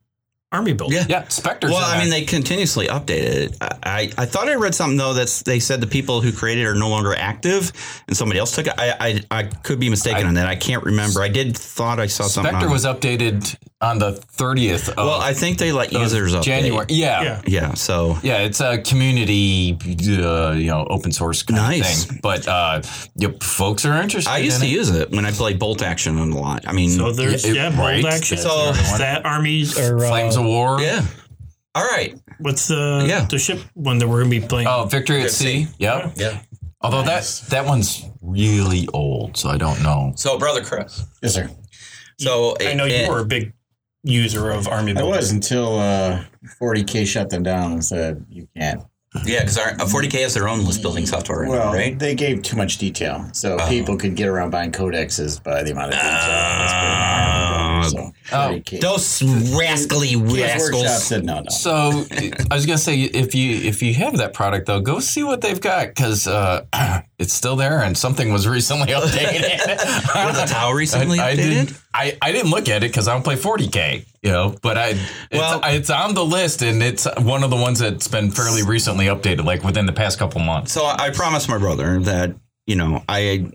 S7: Army Builder.
S1: Yeah.
S4: Yeah, Spectre's.
S1: Well,
S4: in
S1: I
S4: there.
S1: mean, they continuously updated it. I, I I thought I read something though that's they said the people who created it are no longer active, and somebody else took it. I I, I could be mistaken on that. I can't remember. I did thought I saw something.
S4: Spectre
S1: on-
S4: was updated on the 30th of
S1: Well, I think they let users update.
S4: uh, January. Yeah. yeah.
S7: Yeah.
S1: Yeah. So
S4: it's a community, uh, you know, open source kind
S1: Nice.
S4: of thing. But uh, you folks are interested.
S1: I used to
S4: in it.
S1: use it when I played bolt action a lot. I mean,
S7: So there's
S4: Yeah,
S7: yeah,
S4: it-
S7: bold
S4: right.
S7: action.
S1: So-
S7: There's that Army or uh,
S4: Flames of War.
S1: yeah. All right.
S7: what's the
S1: Yeah.
S7: the ship one that we're gonna be playing?
S4: Oh, Victory at Sea. Yep.
S1: Yeah.
S4: Although that that one's really old, so I don't know.
S1: So, brother Chris.
S6: Yes, sir.
S1: So eh,
S7: I know
S1: it-
S7: you were a big user of Army
S6: I
S7: Builder.
S6: was until uh, 40K shut them down and said, you can't.
S1: Yeah, uh, because 40k has their own list building software, in it,
S6: Well,
S1: right?
S6: they gave too much detail. So people could get around buying codexes by the amount of detail. That's pretty hard. So,
S4: Oh.
S6: 40K.
S1: Those rascally
S6: Games Workshop
S1: rascals.
S6: said no, no.
S4: So I was gonna say if you if you have that product though, go see what they've got because uh, it's still there and something was recently updated.
S1: Was the tower recently
S4: I, I
S1: updated?
S4: didn't. I, I didn't look at it because I don't play 40k. You know, but I it's,
S1: Well-
S4: I- it's on the list and it's one of the ones that's been fairly recently updated, like within the past couple months.
S1: So I I promised my brother that you know I,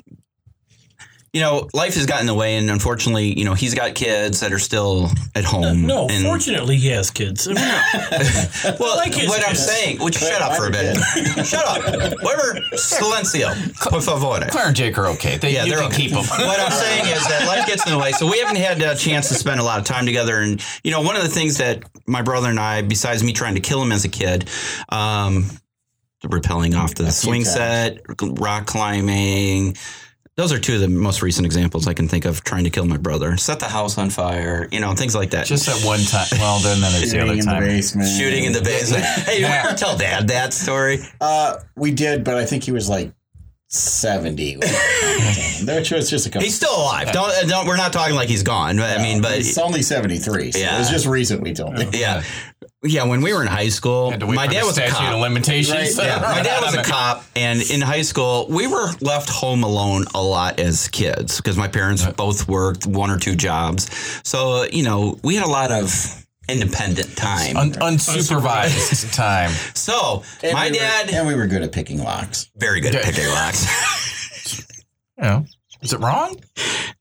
S1: you know, life has gotten in the way, and unfortunately, you know, he's got kids that are still at home.
S7: no,
S1: and,
S7: fortunately he has kids. I mean,
S1: Well,
S7: like his
S1: what I'm
S7: kids.
S1: saying, which shut up for a bit. shut up, Weber. Silencio, por favor.
S4: Claire and Jake are okay. They,
S1: Yeah,
S4: you
S1: they're
S4: can
S1: okay.
S4: keep 'em.
S1: what I'm saying is that life gets in the way. So we haven't had a chance to spend a lot of time together. And you know, one of the things that my brother and I, besides me trying to kill him as a kid, um, rappelling off the swing
S6: times.
S1: set, rock climbing. Those are two of the most recent examples I can think of trying to kill my brother. Set the house on fire, you know, things like that.
S4: Just at one time. Well, then then it's the
S6: Shooting
S4: other
S6: in the
S4: time.
S6: basement.
S1: shooting in the basement. hey, you ever tell dad that story?
S6: Uh, we did, but I think he was like 70. there it was just a couple.
S1: He's still alive. Don't, don't. We're not talking like he's gone. I mean, but
S6: it's only 73. So
S1: Yeah.
S6: It was just recently told me.
S1: Yeah. Yeah, when we were in high school,
S4: Had to wait
S1: my
S4: for
S1: dad
S4: the
S1: was a
S4: statute of
S1: cop.
S4: limitations.
S1: Yeah, my dad was a cop, and in high school, we were left home alone a lot as kids because my parents both worked one or two jobs. So, you know, we had a lot of independent time.
S4: Un- unsupervised time.
S1: so,
S6: And
S1: my
S6: we were-
S1: dad,
S6: and we were good at picking locks.
S1: very good at
S4: Yeah.
S1: picking locks.
S4: You know, is it wrong?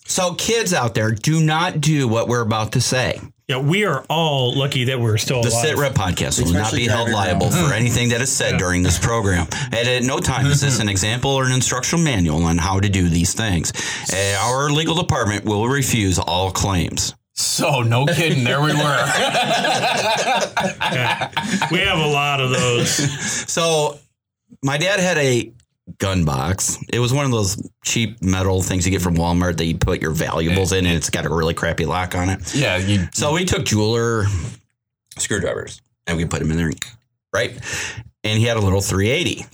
S1: so, kids out there, do not do what we're about to say.
S7: yeah, we are all lucky that we're still
S1: The
S7: alive.
S1: Sit Rep podcast will not
S6: Especially
S1: be held
S6: driving around.
S1: liable for anything that is said during this program. And at no time is this an example or an instructional manual on how to do these things. Uh, Our legal department will refuse all claims.
S4: So no kidding. There we were.
S7: we have a lot of those.
S1: So, my dad had a gun box. It was one of those cheap metal things you get from Walmart that you put your valuables in, and it's got a really crappy lock on it.
S4: yeah, you
S1: So we took jeweler screwdrivers and we put them in there, right? And he had a little 380,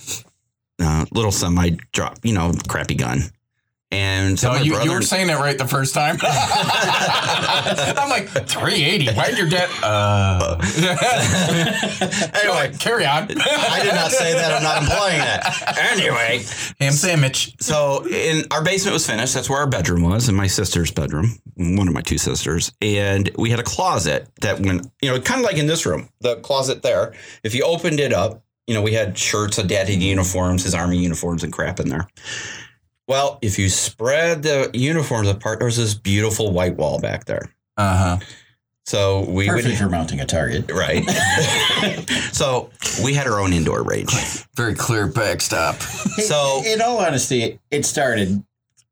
S1: uh, little semi drop, you know, crappy gun. And so
S4: No,
S1: my
S4: you,
S1: brother,
S4: you were saying it right the first time. I'm like 380. Why'd your dad? Uh. anyway, carry on.
S1: I did not say that. I'm not implying that. Anyway,
S4: Ham sandwich.
S1: so in our basement was finished. That's where our bedroom was, and my sister's bedroom, one of my two sisters, and we had a closet that when you know, kind of like in this room, the closet there. If you opened it up, you know, we had shirts, a dad had uniforms, his army uniforms, and crap in there. Well, if you spread the uniforms apart, there was this beautiful white wall back there.
S4: Uh huh.
S1: So we
S6: Perfect
S1: would
S6: for mounting a target.
S1: right. so we had our own indoor rage.
S4: Very clear backstop.
S1: So-
S6: in all honesty, it started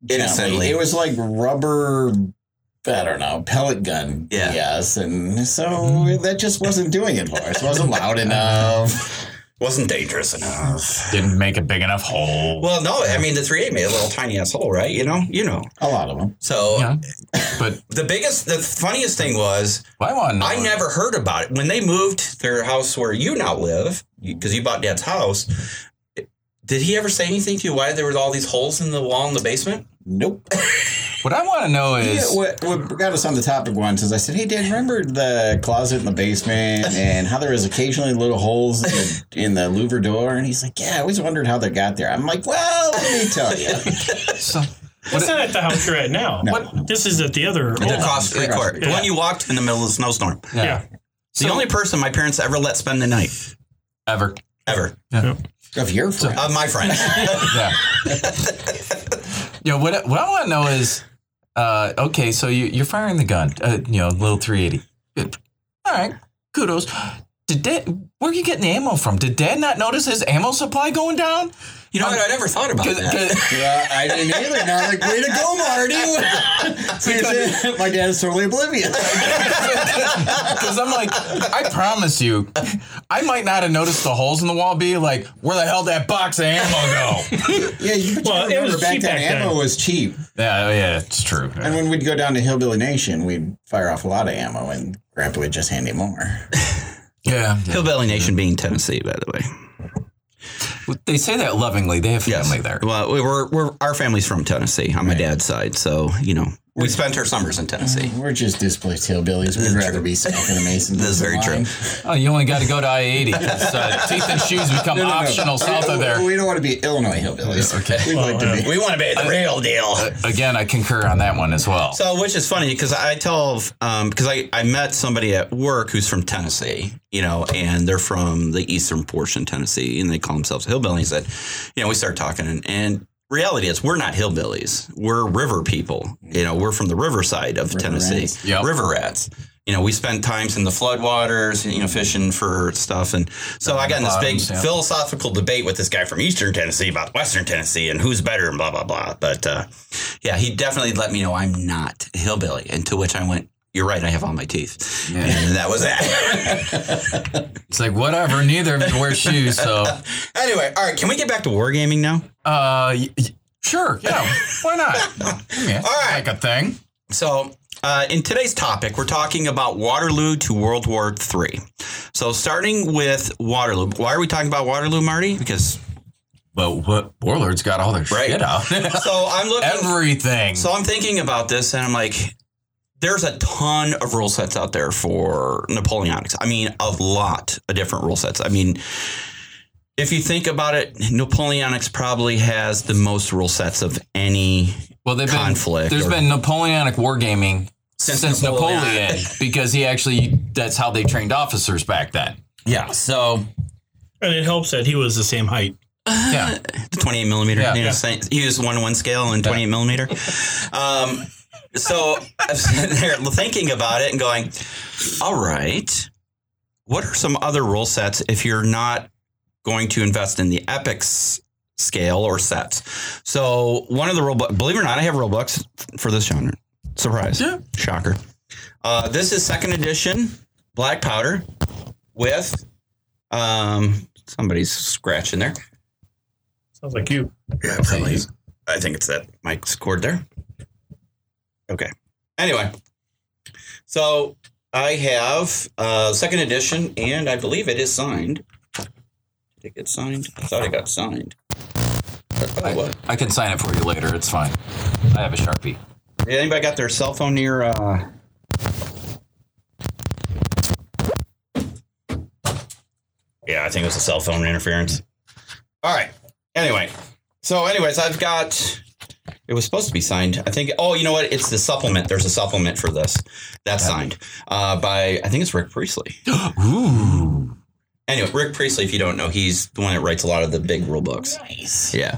S1: Innocently.
S6: gently. It was like rubber. I don't know, pellet gun.
S1: Yeah.
S6: Yes. And so that just wasn't doing it for us. It wasn't loud enough.
S1: Wasn't dangerous enough.
S4: Didn't make a big enough hole.
S1: Well, no, I mean the three eight made a little tiny asshole, right? You know, you know.
S6: A lot of them.
S1: So
S4: yeah. But
S1: the biggest, the funniest thing was
S4: I want. to know-
S1: I never heard about it when they moved their house where you now live because you bought Dad's house. Did he ever say anything to you why there was all these holes in the wall in the basement?
S6: Nope.
S4: What I want to know
S6: Yeah,
S4: is
S6: what, what got us on the topic once is I said, "Hey, Dad, remember the closet in the basement and how there was occasionally little holes in the, in the louver door?" And he's like, "Yeah, I always wondered how that got there." I'm like, "Well, let me tell you."
S4: so,
S7: That's not at the house you're at now.
S6: No.
S7: What? This is at the other.
S1: The
S7: old-
S1: cross
S6: Yeah.
S1: court, the one you walked in the middle of the snowstorm.
S4: yeah.
S7: Yeah.
S1: the only person my parents ever let spend the night
S4: Ever.
S1: ever
S6: Of your friend.
S1: of my friends.
S4: Yeah. you know, what, what I want to know is uh, okay, so you, you're firing the gun, uh, you know, little 380. Good. All right. Kudos. Did dad, where are you getting the ammo from? Did dad not notice his ammo supply going down?
S1: You know what? I never thought about
S4: 'Cause-
S1: that.
S4: 'cause-
S6: yeah, I didn't either. Now, like, way to go, Marty. So your dad- my dad is totally oblivious.
S4: Because I'm like, I promise you, I might not have noticed the holes in the wall. Be like, where the hell did that box of ammo go?
S6: Yeah, you but you
S7: Well, it
S6: remember
S7: was
S6: back
S7: cheap
S6: then
S7: back
S6: ammo
S7: then.
S6: was cheap,
S4: yeah, yeah, it's true.
S6: and when we'd go down to Hillbilly Nation, we'd fire off a lot of ammo, and Grandpa would just hand you more.
S4: Yeah,
S1: Hillbilly Nation being Tennessee, by the way.
S4: they say that lovingly. They have
S1: Yes.
S4: family there.
S1: Well, we we're, we're our family's from Tennessee on my dad's side, so you know we spent our summers in Tennessee.
S6: We're just displaced hillbillies. We'd rather be south of the Mason.
S1: This is
S6: Dixon
S1: very
S6: line.
S1: true.
S4: Oh, you only got to go to I eighty because uh, teeth and shoes become
S6: No, no, no.
S4: optional south of there.
S6: We don't want to be Illinois hillbillies.
S4: Okay.
S6: We'd like to be.
S1: We want to be the real deal.
S4: Uh, Again, I concur on that one as well.
S1: So, which is funny because I tell because I I met somebody at work who's from Tennessee, you know, and they're from the eastern portion of Tennessee, and they call themselves hillbillies. That you know, we start talking, and, and reality is we're not hillbillies. We're river people. You know, we're from the riverside of Tennessee,
S6: rats.
S4: Yep.
S1: river rats. You know, we spend times in the floodwaters, you know, fishing for stuff, and Um, so I got in this big
S4: Bottoms, yeah.
S1: philosophical debate with this guy from Eastern Tennessee about Western Tennessee and who's better and blah blah blah. But uh, yeah, he definitely let me know I'm not a hillbilly. And to which I went, "You're right. I have all my teeth."
S4: Yeah.
S1: And that was that.
S4: It's like whatever. Neither of you wear shoes, so uh,
S1: anyway, all right. Can we get back to wargaming now?
S4: y- y- sure, yeah, why not? Yeah,
S1: All right.
S4: like a thing.
S1: So, uh, in today's topic, we're talking about Waterloo to World War III. So, starting with Waterloo. Why are we talking about Waterloo, Marty? Because
S4: But what warlords got all their
S1: Right.
S4: shit out?
S1: so I'm looking.
S4: Everything.
S1: So I'm thinking about this, and I'm like, there's a ton of rule sets out there for Napoleonics. I mean, a lot of different rule sets. I mean, if you think about it, Napoleonics probably has the most rule sets of any.
S4: Well, they've
S1: conflict
S4: Been, there's
S1: or-
S4: been Napoleonic wargaming
S1: Since
S4: since,
S1: Napoleon.
S4: Napoleon, because he actually that's how they trained officers back then.
S1: Yeah.
S4: So
S7: And it helps that he was the same height.
S4: yeah,
S1: The 28 millimeter.
S4: Yeah.
S1: you know,
S4: Yeah.
S1: same- use one to one scale and 28 millimeter. Um, so I'm sitting there thinking about it and going, all right, what are some other rule sets if you're not going to invest in the epics scale or sets? So one of the rule book, believe it or not, I have rule books for this genre. Surprise.
S4: Yeah.
S1: Shocker. Uh, this is second edition black powder with um, somebody's scratch in there.
S7: Sounds like you.
S1: Yeah, probably. I think it's that mic's cord there. Okay. Anyway, so I have uh, second edition, and I believe it is signed. Did it get signed? I thought it got signed. Oh, what?
S4: I can sign it for you later. It's fine. I have a sharpie.
S1: Yeah, anybody got their cell phone near? Uh... Yeah, I think it was a cell phone interference. All right. Anyway, so anyways, I've got. It was supposed to be signed. I think. Oh, you know what? It's the supplement. There's a supplement for this. That's signed uh, by. I think it's Rick Priestley.
S4: Ooh,
S1: Anyway, Rick Priestley, if you don't know, he's the one that writes a lot of the big rule books. Nice. Yeah.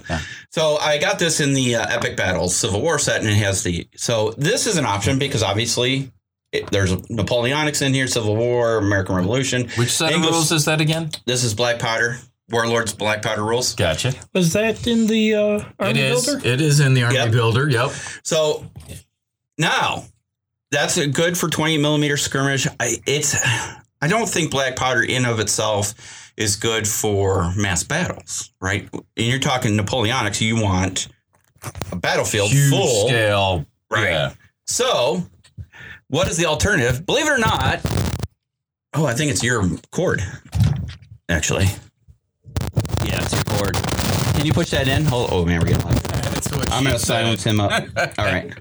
S1: So I got this in the uh, Epic Battles Civil War set, and it has the. So this is an option because obviously it, there's Napoleonics in here, Civil War, American Revolution.
S4: which set
S1: English-
S4: of rules is that again?
S1: This is Black Powder, Warlords Black Powder rules.
S4: Gotcha.
S7: Was that in the uh,
S4: it
S7: Army
S4: is.
S7: Builder?
S4: It is in the army
S1: Yep.
S4: builder. Yep.
S1: So now that's a good for 28 millimeter skirmish. I, it's I don't think black powder in of itself is good for mass battles, right? And you're talking Napoleonics, you want a battlefield
S4: Huge
S1: full,
S4: scale.
S1: right?
S4: Yeah.
S1: So what is the alternative? Believe it or not, oh, I think it's your cord, actually. Yeah, it's your cord. Can you push that in? Hold, oh man, we're getting loud. I'm gonna silence him up. All right.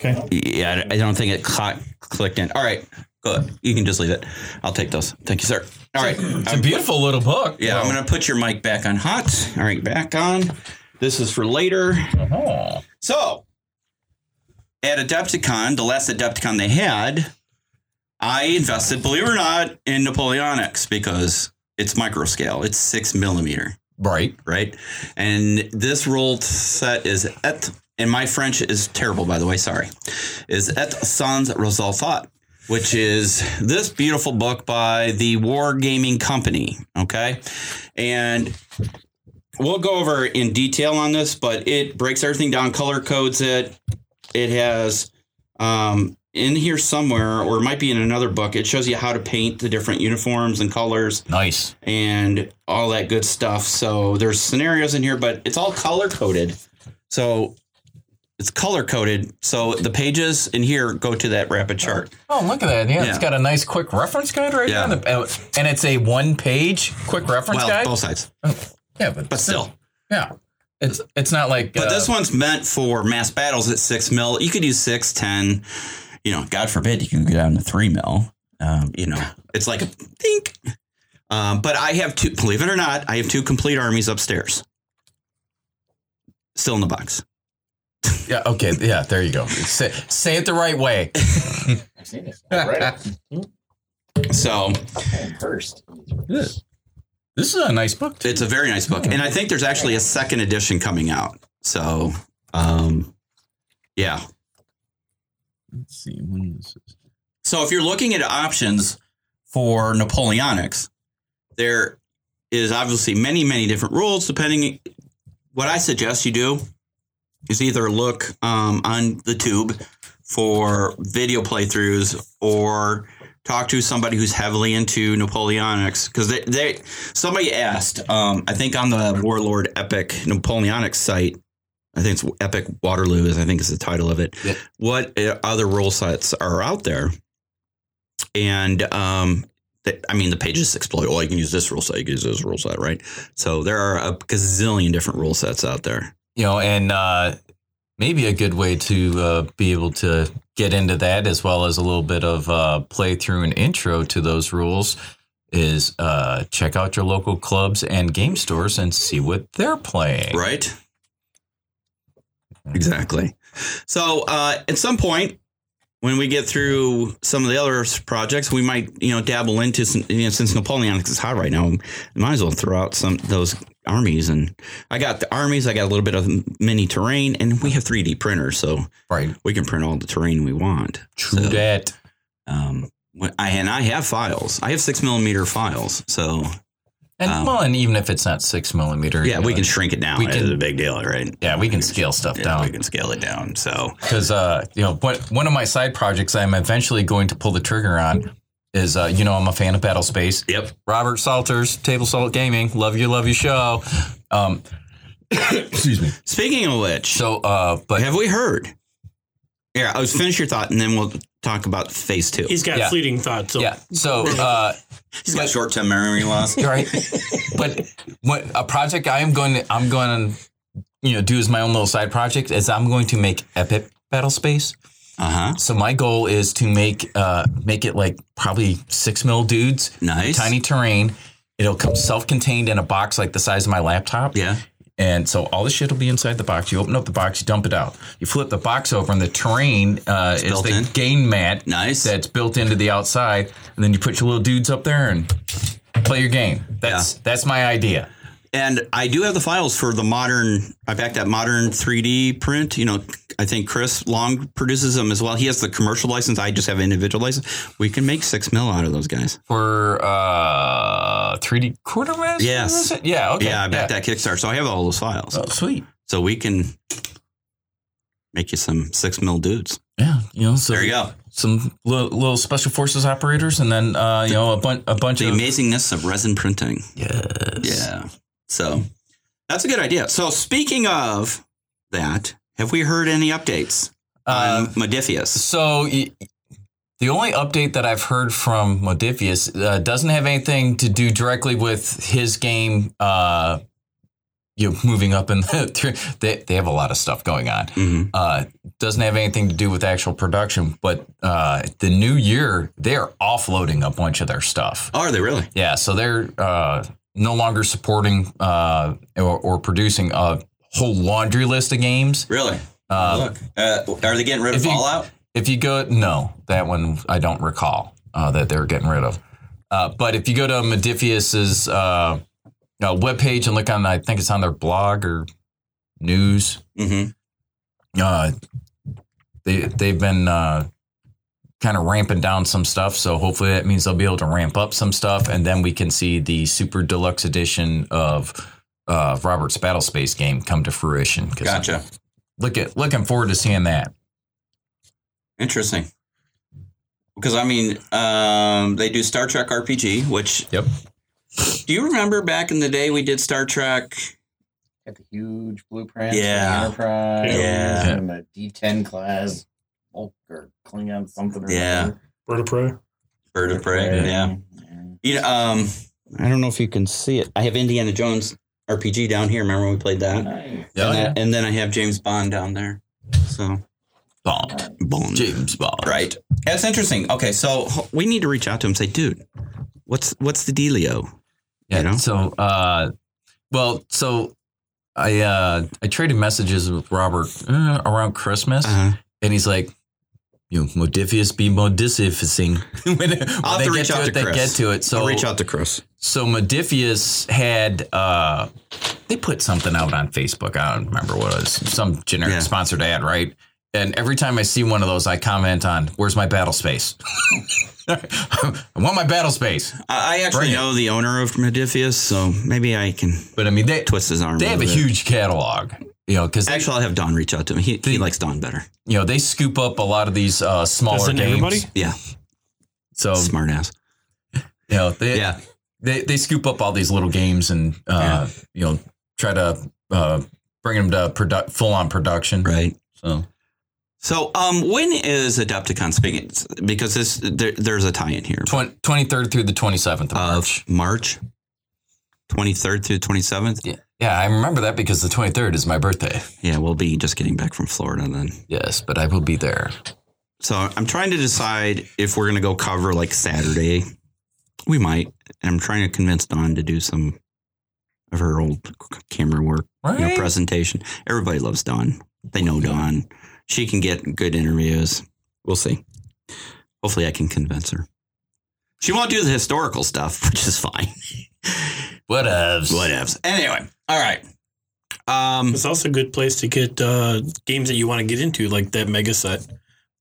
S7: Okay.
S1: Yeah, I I don't think it clock, clicked in. All right, good. You can just leave it. I'll take those. Thank you, sir. All right.
S4: It's a beautiful little book.
S1: yeah, I'm gonna put your mic back on hot. All right, back on. This is for later.
S4: Oh.
S1: So, at Adepticon, the last Adepticon they had, I invested, believe it or not, in Napoleonics because it's microscale. It's six millimeter
S4: Right.
S1: right? And this roll set is et, and my French is terrible, by the way, sorry, is Et Sans Resultat, which is this beautiful book by the War Gaming Company, okay? And we'll go over in detail on this, but it breaks everything down, color codes it. It has um, in here somewhere, or it might be in another book, it shows you how to paint the different uniforms and colors
S4: Nice.
S1: and all that good stuff. So there's scenarios in here, but it's all color coded. So it's color coded. So the pages in here go to that rapid chart.
S4: Oh, look at that. Yeah, it's
S1: Yeah.
S4: got a nice quick reference guide right
S1: Yeah.
S4: there. on the- And it's a one page quick reference
S1: Well,
S4: guide.
S1: both sides,
S4: yeah, but,
S1: but still.
S4: Yeah. It's it's not like
S1: But
S4: uh,
S1: this one's meant for mass battles at six mil. You could use six, ten. You know, God forbid you can go down to three mil. Um, you know, it's like a think. Um, but I have two. Believe it or not, I have two complete armies upstairs. Still in the box.
S4: Yeah, okay. Yeah, there you go. Say, say it the right way.
S6: I've seen it. I've read it.
S1: So
S6: And First.
S4: This is a nice book. Too.
S1: It's a very nice book, and I think there's actually a second edition coming out. So, um, yeah.
S4: Let's see. When is this?
S1: So if you're looking at options for Napoleonics, there is obviously many, many different rules depending. What I suggest you do is either look um, on the tube for video playthroughs or talk to somebody who's heavily into Napoleonics because they, they somebody asked um, I think on the Warlord Epic Napoleonics site I think it's Epic Waterloo is I think is the title of it
S4: Yeah.
S1: what uh, other rule sets are out there and um, the, I mean the pages explode well you can use this rule set you can use this rule set right so there are a gazillion different rule sets out there
S4: You know, and uh, maybe a good way to uh, be able to get into that as well as a little bit of uh, playthrough and intro to those rules is uh, check out your local clubs and game stores and see what they're playing.
S1: Right. Exactly. So uh, at some point, when we get through some of the other s- projects, we might you know dabble into some. You know, since Napoleonic is hot right now, might as well throw out some those armies. And I got the armies. I got a little bit of mini terrain, and we have 3D printers, so
S4: Right.
S1: we can print all the terrain we want.
S4: True
S1: So-
S4: that.
S1: Um, when I and I have files. I have six millimeter files. So
S4: And
S1: Um,
S4: well, and even if it's not six millimeter,
S1: yeah,
S4: you
S1: we
S4: know,
S1: can shrink it down.
S4: we
S1: It
S4: can-
S1: is a big deal, right?
S4: yeah, we can scale stuff
S1: Yeah, we
S4: down
S1: can scale it down. So
S4: because uh, you know, what one of my side projects I'm eventually going to pull the trigger on is uh, you know I'm a fan of Battle Space.
S1: Yep.
S4: Robert Salters, Table Salt Gaming, love you, love you show. Um, excuse me.
S1: Speaking of which,
S4: So, uh, but
S1: have we heard? Yeah, I was finish your thought, and then we'll talk about phase two.
S7: He's got
S4: Yeah.
S7: fleeting thoughts. So
S4: yeah, so uh,
S1: He's got short term memory loss.
S4: right, but what a project I am going to I'm going to you know do as my own little side project is I'm going to make Epic Battle Space.
S1: Uh huh.
S4: So my goal is to make uh make it like probably six mil dudes,
S1: Nice.
S4: tiny terrain. It'll come self-contained in a box like the size of my laptop.
S1: Yeah.
S4: And so all the shit will be inside the box. You open up the box, you dump it out. You flip the box over, and the terrain uh, is
S1: built
S4: the
S1: in.
S4: gain mat
S1: Nice.
S4: that's built into the outside. And then you put your little dudes up there and play your game. That's that's my idea.
S1: And I do have the files for the modern. I back that modern 3D print. You know, I think Chris Long produces them as well. He has the commercial license. I just have individual license. We can make six mil out of those guys.
S4: For uh, 3D quartermaster?
S1: Yes.
S4: is it? Yeah, okay.
S1: Yeah, I back that Kickstarter, so I have all those files.
S4: Oh, sweet.
S1: So we can make you some six mil dudes.
S4: Yeah, you know, so
S1: There you go.
S4: some little, little special forces operators, and then uh, you know a bunch a bunch
S1: The
S4: of
S1: amazingness of resin printing.
S4: yes.
S1: Yeah. So that's a good idea. So speaking of that, have we heard any updates
S4: Uh,
S1: on Modifius?
S4: so y- the only update that I've heard from Modifius uh, doesn't have anything to do directly with his game. Uh, you know, moving up in the they they have a lot of stuff going on.
S1: Mhm.
S4: Uh, doesn't have anything to do with actual production, but uh, the new year they are offloading a bunch of their stuff.
S1: Are they really?
S4: Yeah, so they're uh, no longer supporting uh, or, or producing a whole laundry list of games.
S1: Really?
S4: Uh,
S1: Look, uh, are they getting rid of
S4: if you-
S1: Fallout?
S4: If you go, no, that one I don't recall. uh, that they were getting rid of. Uh, but if you go to Modifius's uh, uh, webpage and look on, I think it's on their blog or news.
S1: Mm-hmm.
S4: Uh, they they've been uh, kind of ramping down some stuff, so hopefully that means they'll be able to ramp up some stuff, and then we can see the super deluxe edition of uh, Robert's Battle Space game come to fruition. 'Cause
S1: Gotcha.
S4: Look at looking forward to seeing that.
S1: Interesting. Because I mean, um, they do Star Trek RPG, which
S4: Yep.
S1: do you remember back in the day we did Star Trek?
S6: Got the huge blueprint. for the
S1: Yeah.
S6: Enterprise.
S1: Yeah.
S6: And the D10 class. Bulk or Klingon something. Or
S1: Yeah.
S6: other.
S7: Bird of prey.
S1: Bird of Prey. Yeah. You know, um, I don't know if you can see it. I have Indiana Jones RPG down here. Remember when we played that?
S6: Nice.
S4: Oh, Yeah,
S1: and, that- and then I have James Bond down there. So
S4: Bond,
S1: Bond.
S4: James Bond.
S1: Right. That's interesting. Okay, so h- we need to reach out to him. and Say, dude, what's what's the dealio?
S4: Yeah.
S1: you know?
S4: So, uh, well, so I uh, I traded messages with Robert uh, around Christmas,
S1: Uh-huh.
S4: and he's like, "You know, modifius be modificing." when when
S1: have to
S4: they
S1: reach
S4: get
S1: out to
S4: to it, they
S1: Chris.
S4: get to it. So,
S1: I'll reach out to Chris.
S4: so modifius had uh, they put something out on Facebook. I don't remember what it was. Some generic
S1: Yeah.
S4: sponsored ad, right? And every time I see one of those, I comment on, "Where's my battle space?" I want my battle space.
S1: I, I actually
S4: Bring it.
S1: know the owner of Modifius, so maybe I can
S4: But I mean, they
S1: twist his arm.
S4: they have a
S1: little bit.
S4: huge catalog, you know, because
S1: Actually, I'll have Don reach out to him. He, he likes Don better.
S4: you know they scoop up a lot of these uh, smaller
S7: Doesn't
S4: games.
S7: everybody?
S1: Yeah,
S4: So
S1: smart ass.
S4: you know they
S1: Yeah,
S4: they they scoop up all these little games and uh, you know try to uh, bring them to produ- full on production.
S1: right.
S4: So
S1: So, um, when is Adepticon speaking? Because this there, there's a tie-in here
S4: twenty third through the twenty seventh
S1: Oh,
S4: of March.
S1: of March twenty third through twenty seventh.
S4: Yeah, yeah, I remember that because the twenty third is my birthday.
S1: Yeah, we'll be just getting back from Florida then.
S4: Yes, but I will be there.
S1: So I'm trying to decide if we're gonna go cover like Saturday. We might, and I'm trying to convince Dawn to do some of her old c- camera work, you know,
S4: Right?
S1: presentation. Everybody loves Dawn. They know Dawn. She can get good interviews. We'll see. Hopefully, I can convince her. She won't do the historical stuff, which is fine.
S4: What else?
S1: Whatevs. Anyway, all right. Um,
S7: It's also a good place to get uh, games that you want to get into, like that mega set,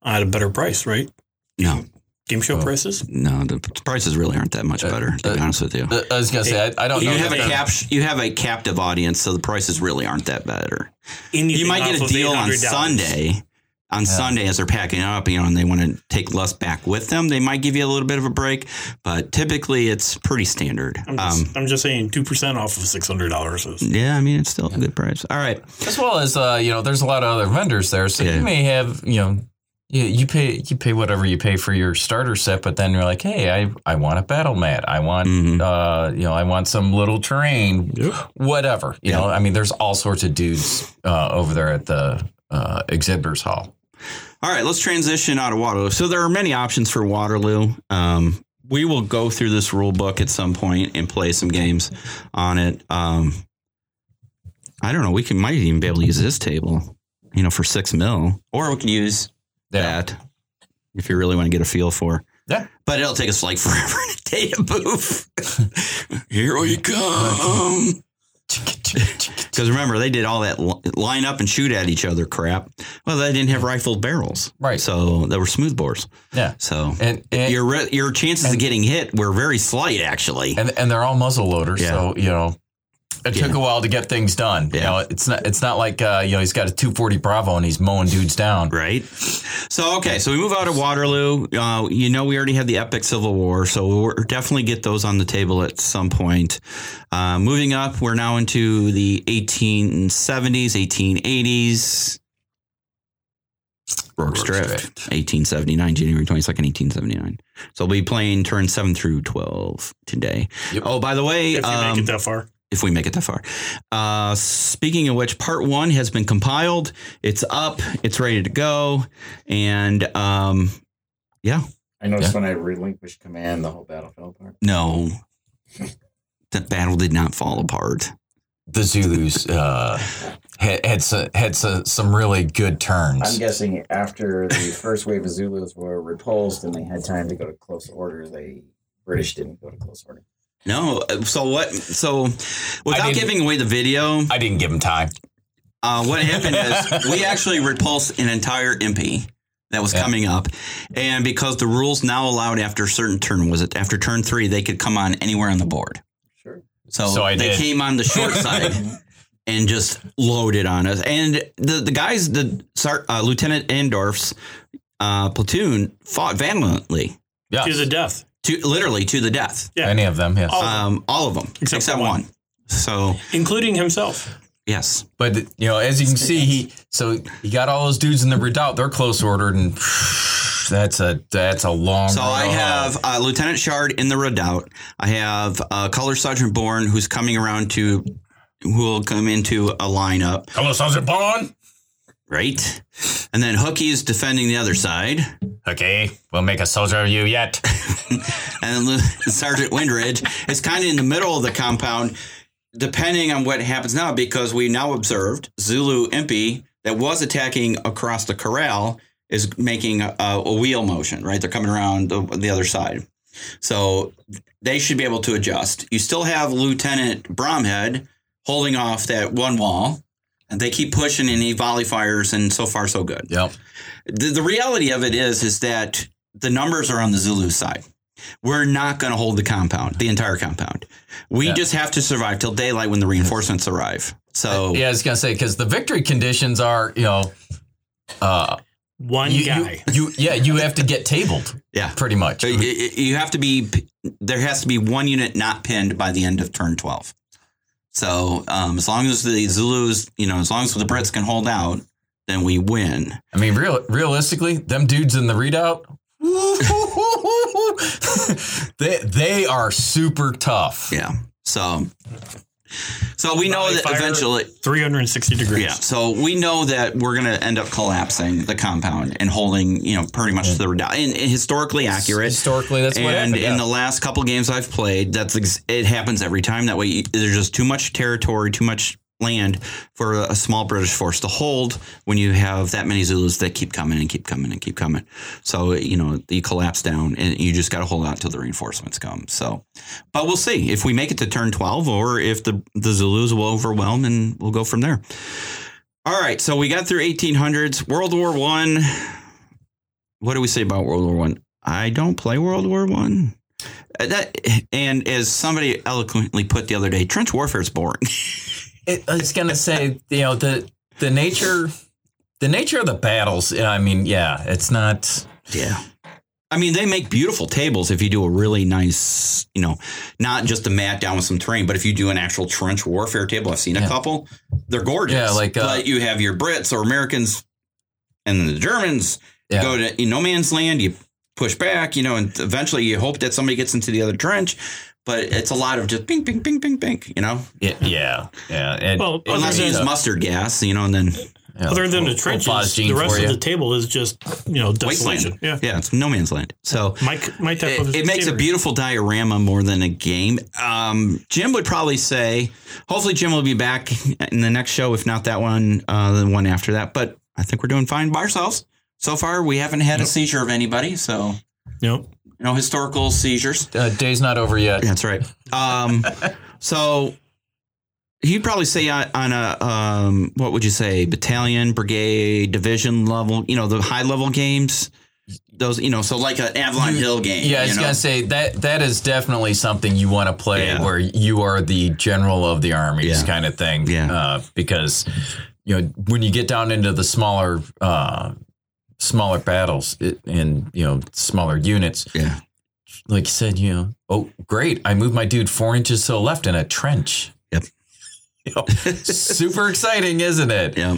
S7: at a better price, right?
S1: no,
S7: Game show
S4: Oh.
S7: prices.
S1: no, the prices really aren't that much
S4: Uh,
S1: better. To be
S4: uh,
S1: honest with you,
S4: Uh, I was gonna say I, I don't
S1: you
S4: know.
S1: have a
S4: that-
S1: cap. You have a captive audience, so the prices really aren't that better.
S7: Anything
S1: You might get
S7: off
S1: a
S7: of
S1: deal on
S7: $800.
S1: Sunday. On Sunday, as they're packing up, you know, and they want to take less back with them, they might give you a little bit of a break. But typically, it's pretty standard.
S7: I'm
S1: Um,
S7: just, I'm just saying, two percent off of six hundred dollars. is
S1: yeah, I mean, it's still a good price. All right.
S4: as well as uh, you know there's a lot of other vendors there so
S1: Yeah.
S4: you may have you know you, you pay you pay whatever you pay for your starter set but then you're like hey i i want a battle mat i want
S1: Mhm.
S4: uh you know i want some little terrain whatever you
S1: Yeah.
S4: know i mean there's all sorts of dudes uh, over there at the uh, exhibitors hall
S1: All right, let's transition out of Waterloo. So there are many options for Waterloo. Um, we will go through this rule book at some point and play some games on it. Um, I don't know. We can might even be able to use this table, you know, for six mil, or we can use
S4: yeah
S1: that if you really want to get a feel for.
S4: Yeah.
S1: But it'll take us like forever and a day to move. Here we come. Because remember, they did all that li- line up and shoot at each other crap. Well, they didn't have rifled barrels,
S4: Right.
S1: So they were smooth bores.
S4: yeah
S1: So
S4: and and,
S1: your re- your chances of getting hit were very slight, actually.
S4: and and they're all muzzle loaders
S1: Yeah.
S4: so you know it took
S1: Yeah.
S4: a while to get things done. You
S1: Yeah.
S4: know, it's not it's not like uh, you know he's got a 240 Bravo and he's mowing dudes down.
S1: Right. So okay, so we move out of Waterloo. Uh, you know, we already had the epic Civil War, so we'll definitely get those on the table at some point. Uh, moving up, we're now into the 1870s, 1880s. Rourke's
S4: Rourke's
S1: Drift,
S4: Drift.
S1: 1879, January 22nd, 1879. So we'll be playing turn seven through 12 today.
S4: Yep.
S1: Oh, by the way,
S7: If you
S1: um,
S7: make it that far,
S1: if we make it that far. Uh, speaking of which, part one has been compiled. It's up. It's ready to go. And um,
S6: I noticed when I relinquished command, the whole battle fell apart.
S1: no, the battle did not fall apart.
S4: the Zulus uh, had had, so, had so, some really good
S6: I'm
S4: turns.
S6: guessing after the first wave of Zulus were repulsed and they had time to go to close order, they British didn't go to close order.
S1: No. So what? So without
S4: didn't-
S1: giving away the video,
S4: I didn't give him time.
S1: uh, what happened is we actually repulsed an entire MP that was
S4: Yeah.
S1: coming up, and because the rules now allowed after a certain turn was it after turn three they could come on anywhere on the board.
S6: Sure.
S1: So,
S4: So I
S1: they
S4: did.
S1: came on the short side and just loaded on us. And the the guys, the Sar- uh, Lieutenant Endorf's uh, platoon fought valiantly,
S4: Yeah,
S7: To the death.
S1: to literally to the death.
S7: Yeah.
S4: any of them. Yeah,
S7: All-
S1: Um, all of them except,
S7: Except for
S1: one.
S7: one.
S1: So
S7: including himself.
S1: yes,
S4: but you know, as you can see, he so he got all those dudes in the redoubt. They're close ordered, and that's a that's a long.
S1: so I
S4: road.
S1: have uh, Lieutenant Shard in the redoubt. I have uh, Color Sergeant Bourne, who's coming around to who will come into a lineup,
S4: Hello, Sergeant Bond.
S1: right? And then Hookie's defending the other side.
S4: Okay, we'll make a soldier of you yet.
S1: and then Sergeant Windridge is kind of in the middle of the compound, depending on what happens now, because we now observed Zulu Impy that was attacking across the corral is making a, a wheel motion, right? They're coming around the, the other side. So they should be able to adjust. You still have Lieutenant Bromhead holding off that one wall, and they keep pushing and he volley fires, and so far, so good
S4: Yep.
S1: the, the reality of it is is that the numbers are on the Zulu side. We're not going to hold the compound, the entire compound. We
S4: Yeah.
S1: just have to survive till daylight when the reinforcements arrive. So
S4: Uh, Oh. Yeah, I was gonna say because the victory conditions are you know, uh,
S7: One
S4: you,
S7: guy.
S4: you you yeah you have to get tabled
S1: yeah.
S4: pretty much.
S1: So uh, y- y- you have to be there has to be one unit not pinned by the end of turn 12. So um, as long as the Zulus, you know, as long as the Brits can hold out, then we win.
S4: I mean, real realistically, them dudes in the readout, they they are super tough.
S1: Yeah. So so we know
S7: Volley
S1: that
S7: fire.
S1: eventually
S7: 360 degrees.
S1: Yeah. So we know that we're going to end up collapsing the compound and holding, you know, pretty much to the redoubt. And, and historically accurate.
S4: Historically, that's what
S1: and
S4: happened.
S1: in
S4: yeah.
S1: the last couple games I've played, that's ex- it happens every time. That way, you- there's just too much territory, too much land for a, a small British force to hold when you have that many Zulus that keep coming and keep coming and keep coming. So you know you collapse down, and you just got to hold out till the reinforcements come. So, but we'll see if we make it to turn twelve, or if the the Zulus will overwhelm, and we'll go from there. All right, so we got through 1800s, World War One. What do we say about World War One? I don't play World War One. Uh, That and as somebody eloquently put the other day, trench warfare is boring.
S4: It- I was gonna say, you know, the the nature, the nature of the battles. I mean, yeah, it's not.
S1: Yeah. I mean, they make beautiful tables if you do a really nice, you know, not just a mat down with some terrain, but if you do an actual trench warfare table, I've seen a
S4: Yeah.
S1: couple. They're gorgeous.
S4: Yeah, like, uh,
S1: but you have your Brits or Americans and the Germans
S4: Yeah.
S1: go to in no man's land. You push back, you know, and eventually you hope that somebody gets into the other trench. But it's a lot of just ping, ping, ping, ping, ping. You know,
S4: It, yeah, yeah. It,
S7: Well,
S4: it-
S1: unless you
S4: it's
S1: use
S4: a-
S1: mustard gas, you know, and then
S4: yeah,
S7: Other than the
S4: little- little
S7: trenches,
S4: phosgene
S7: the rest
S4: for
S7: of
S4: you.
S7: the table is just you know desolation.
S1: wasteland.
S7: Yeah,
S1: yeah, it's no man's land. So
S7: my my type of
S1: it, it makes a
S7: scenery.
S1: beautiful diorama more than a game. Um, Jim would probably say, hopefully, Jim will be back in the next show, if not that one, uh, the one after that. But I think we're doing fine by ourselves. So far, we haven't had a seizure of anybody. So,
S7: Yep.
S1: no historical seizures.
S4: uh, day's not over yet.
S1: That's right. Um, so, he'd probably say on, on a, um, what would you say, battalion, brigade, division level, you know, the high level games. Those, you know, so like an Avalon Hill game.
S4: Yeah, I
S1: you
S4: was
S1: know?
S4: gonna say that that is definitely something you want to play
S1: Yeah.
S4: where you are the general of the armies
S1: Yeah.
S4: kind of thing.
S1: Yeah.
S4: Uh, because you know when you get down into the smaller uh, smaller battles it, and you know smaller units,
S1: Yeah.
S4: like you said, you know, oh great, I moved my dude four inches to the left in a trench.
S1: Yep.
S4: You know, super exciting, isn't it?
S1: Yeah.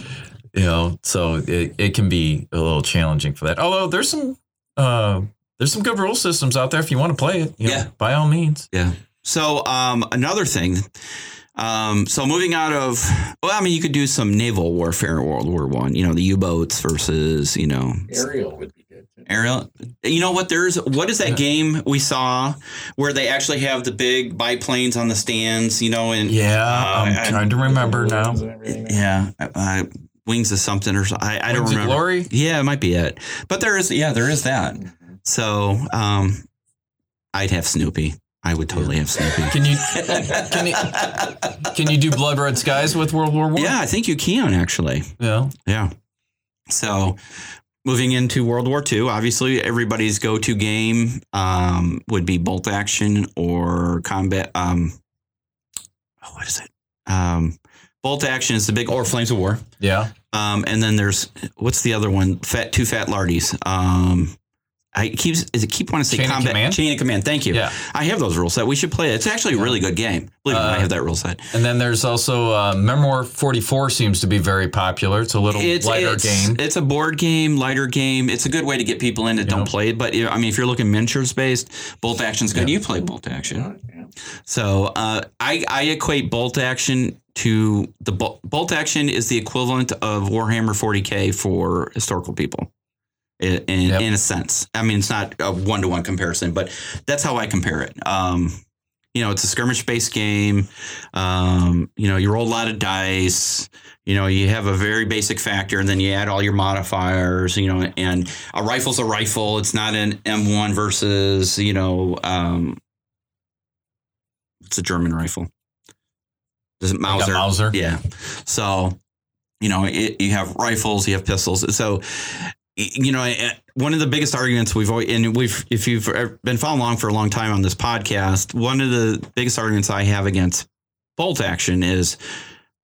S4: you know so it, it can be a little challenging for that although there's some uh there's some good rule systems out there if you want to play it you know,
S1: Yeah.
S4: by all means
S1: Yeah. So um, another thing. Um, so moving out of, well, I mean, you could do some naval warfare in World War One. You know, the U boats versus, you know,
S6: Ariel would be good. Too.
S1: Ariel, you know what? There's what is that game we saw where they actually have the big biplanes on the stands, you know, and uh,
S4: Yeah, I'm
S1: I-
S4: trying to remember now.
S1: yeah, uh, Wings of something or so- I, I don't
S4: Wings of
S1: remember.
S4: Glory?
S1: Yeah, it might be it. But there is, yeah, there is that.
S6: Mm-hmm.
S1: So um, I'd have Snoopy. I would totally have Snoopy.
S4: Can you can you can you do Blood Red Skies with World War One?
S1: yeah, I think you can actually.
S4: Yeah.
S1: Yeah. So moving into World War II, obviously everybody's go to game um, would be bolt action or combat. Um, oh, what is it? Um, bolt action is the big, or Flames of War.
S4: Yeah.
S1: Um, and then there's what's the other one? Fat two fat lardies. Um, I keeps is it keep wanting to say
S4: Chain of
S1: combat
S4: Command?
S1: chain of command. Thank you.
S4: Yeah.
S1: I have those rule set. We should play it. It's actually a really good game. Believe me, I
S4: Uh,
S1: have that rule set.
S4: And then there's also uh, Memoir 44 seems to be very popular. It's a little lighter
S1: it's,
S4: game.
S1: It's a board game, lighter game. It's a good way to get people in that don't
S4: Yeah.
S1: play it. But you know, I mean, if you're looking miniatures based, bolt action's good. You play bolt action. So uh, I I equate bolt action to the bolt, bolt action is the equivalent of Warhammer 40k for historical people. In, in,
S4: Yep.
S1: in a sense, I mean, it's not a one to one comparison, but that's how I compare it. Um, you know, it's a skirmish based game. Um, you know, you roll a lot of dice. You know, you have a very basic factor, and then you add all your modifiers. You know, and a rifle's a rifle. It's not an M1 versus you know, um, it's a German rifle. Does it
S4: Like a
S1: Mauser?
S4: Mauser.
S1: Yeah. So, you know, it, you have rifles, you have pistols. So, y- you know, eh, one of the biggest arguments we've always, and we've, if you've ever been following along for a long time on this podcast, one of the biggest arguments I have against bolt action is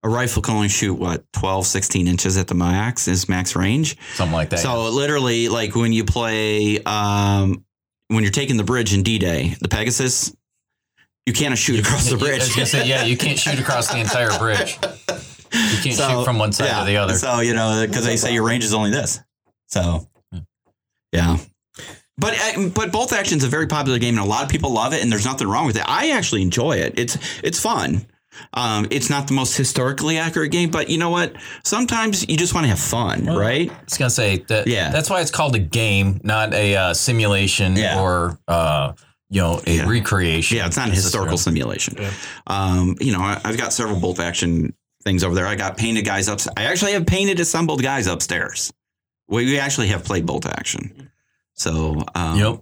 S1: a rifle can only shoot what 12, 16 inches at the max is max range.
S4: Something like that.
S1: So literally, like when you play, um, when you're taking the bridge in D-Day, the Pegasus, you can't shoot across the
S4: You- I
S1: bridge.
S4: was gonna say, yeah, you can't shoot across the entire bridge. You can't
S1: So,
S4: shoot from one side to the other.
S1: So you know, because they say your range is only this. So yeah, but uh, but both actions a very popular game, and a lot of people love it, and there's nothing wrong with it. I actually enjoy it. It's it's fun. Um, it's not the most historically accurate game, but you know what? Sometimes you just want to have fun, right?
S4: I was gonna say that.
S1: Yeah.
S4: that's why it's called a game, not a uh, simulation
S1: Yeah.
S4: or uh, you know a
S1: Yeah.
S4: recreation.
S1: Yeah, it's not a historical simulation.
S5: Yeah.
S1: Um, you know, I, I've got several bolt action things over there. I got painted guys up. I actually have painted assembled guys upstairs. We, we actually have played bolt action. So um,
S4: Yep.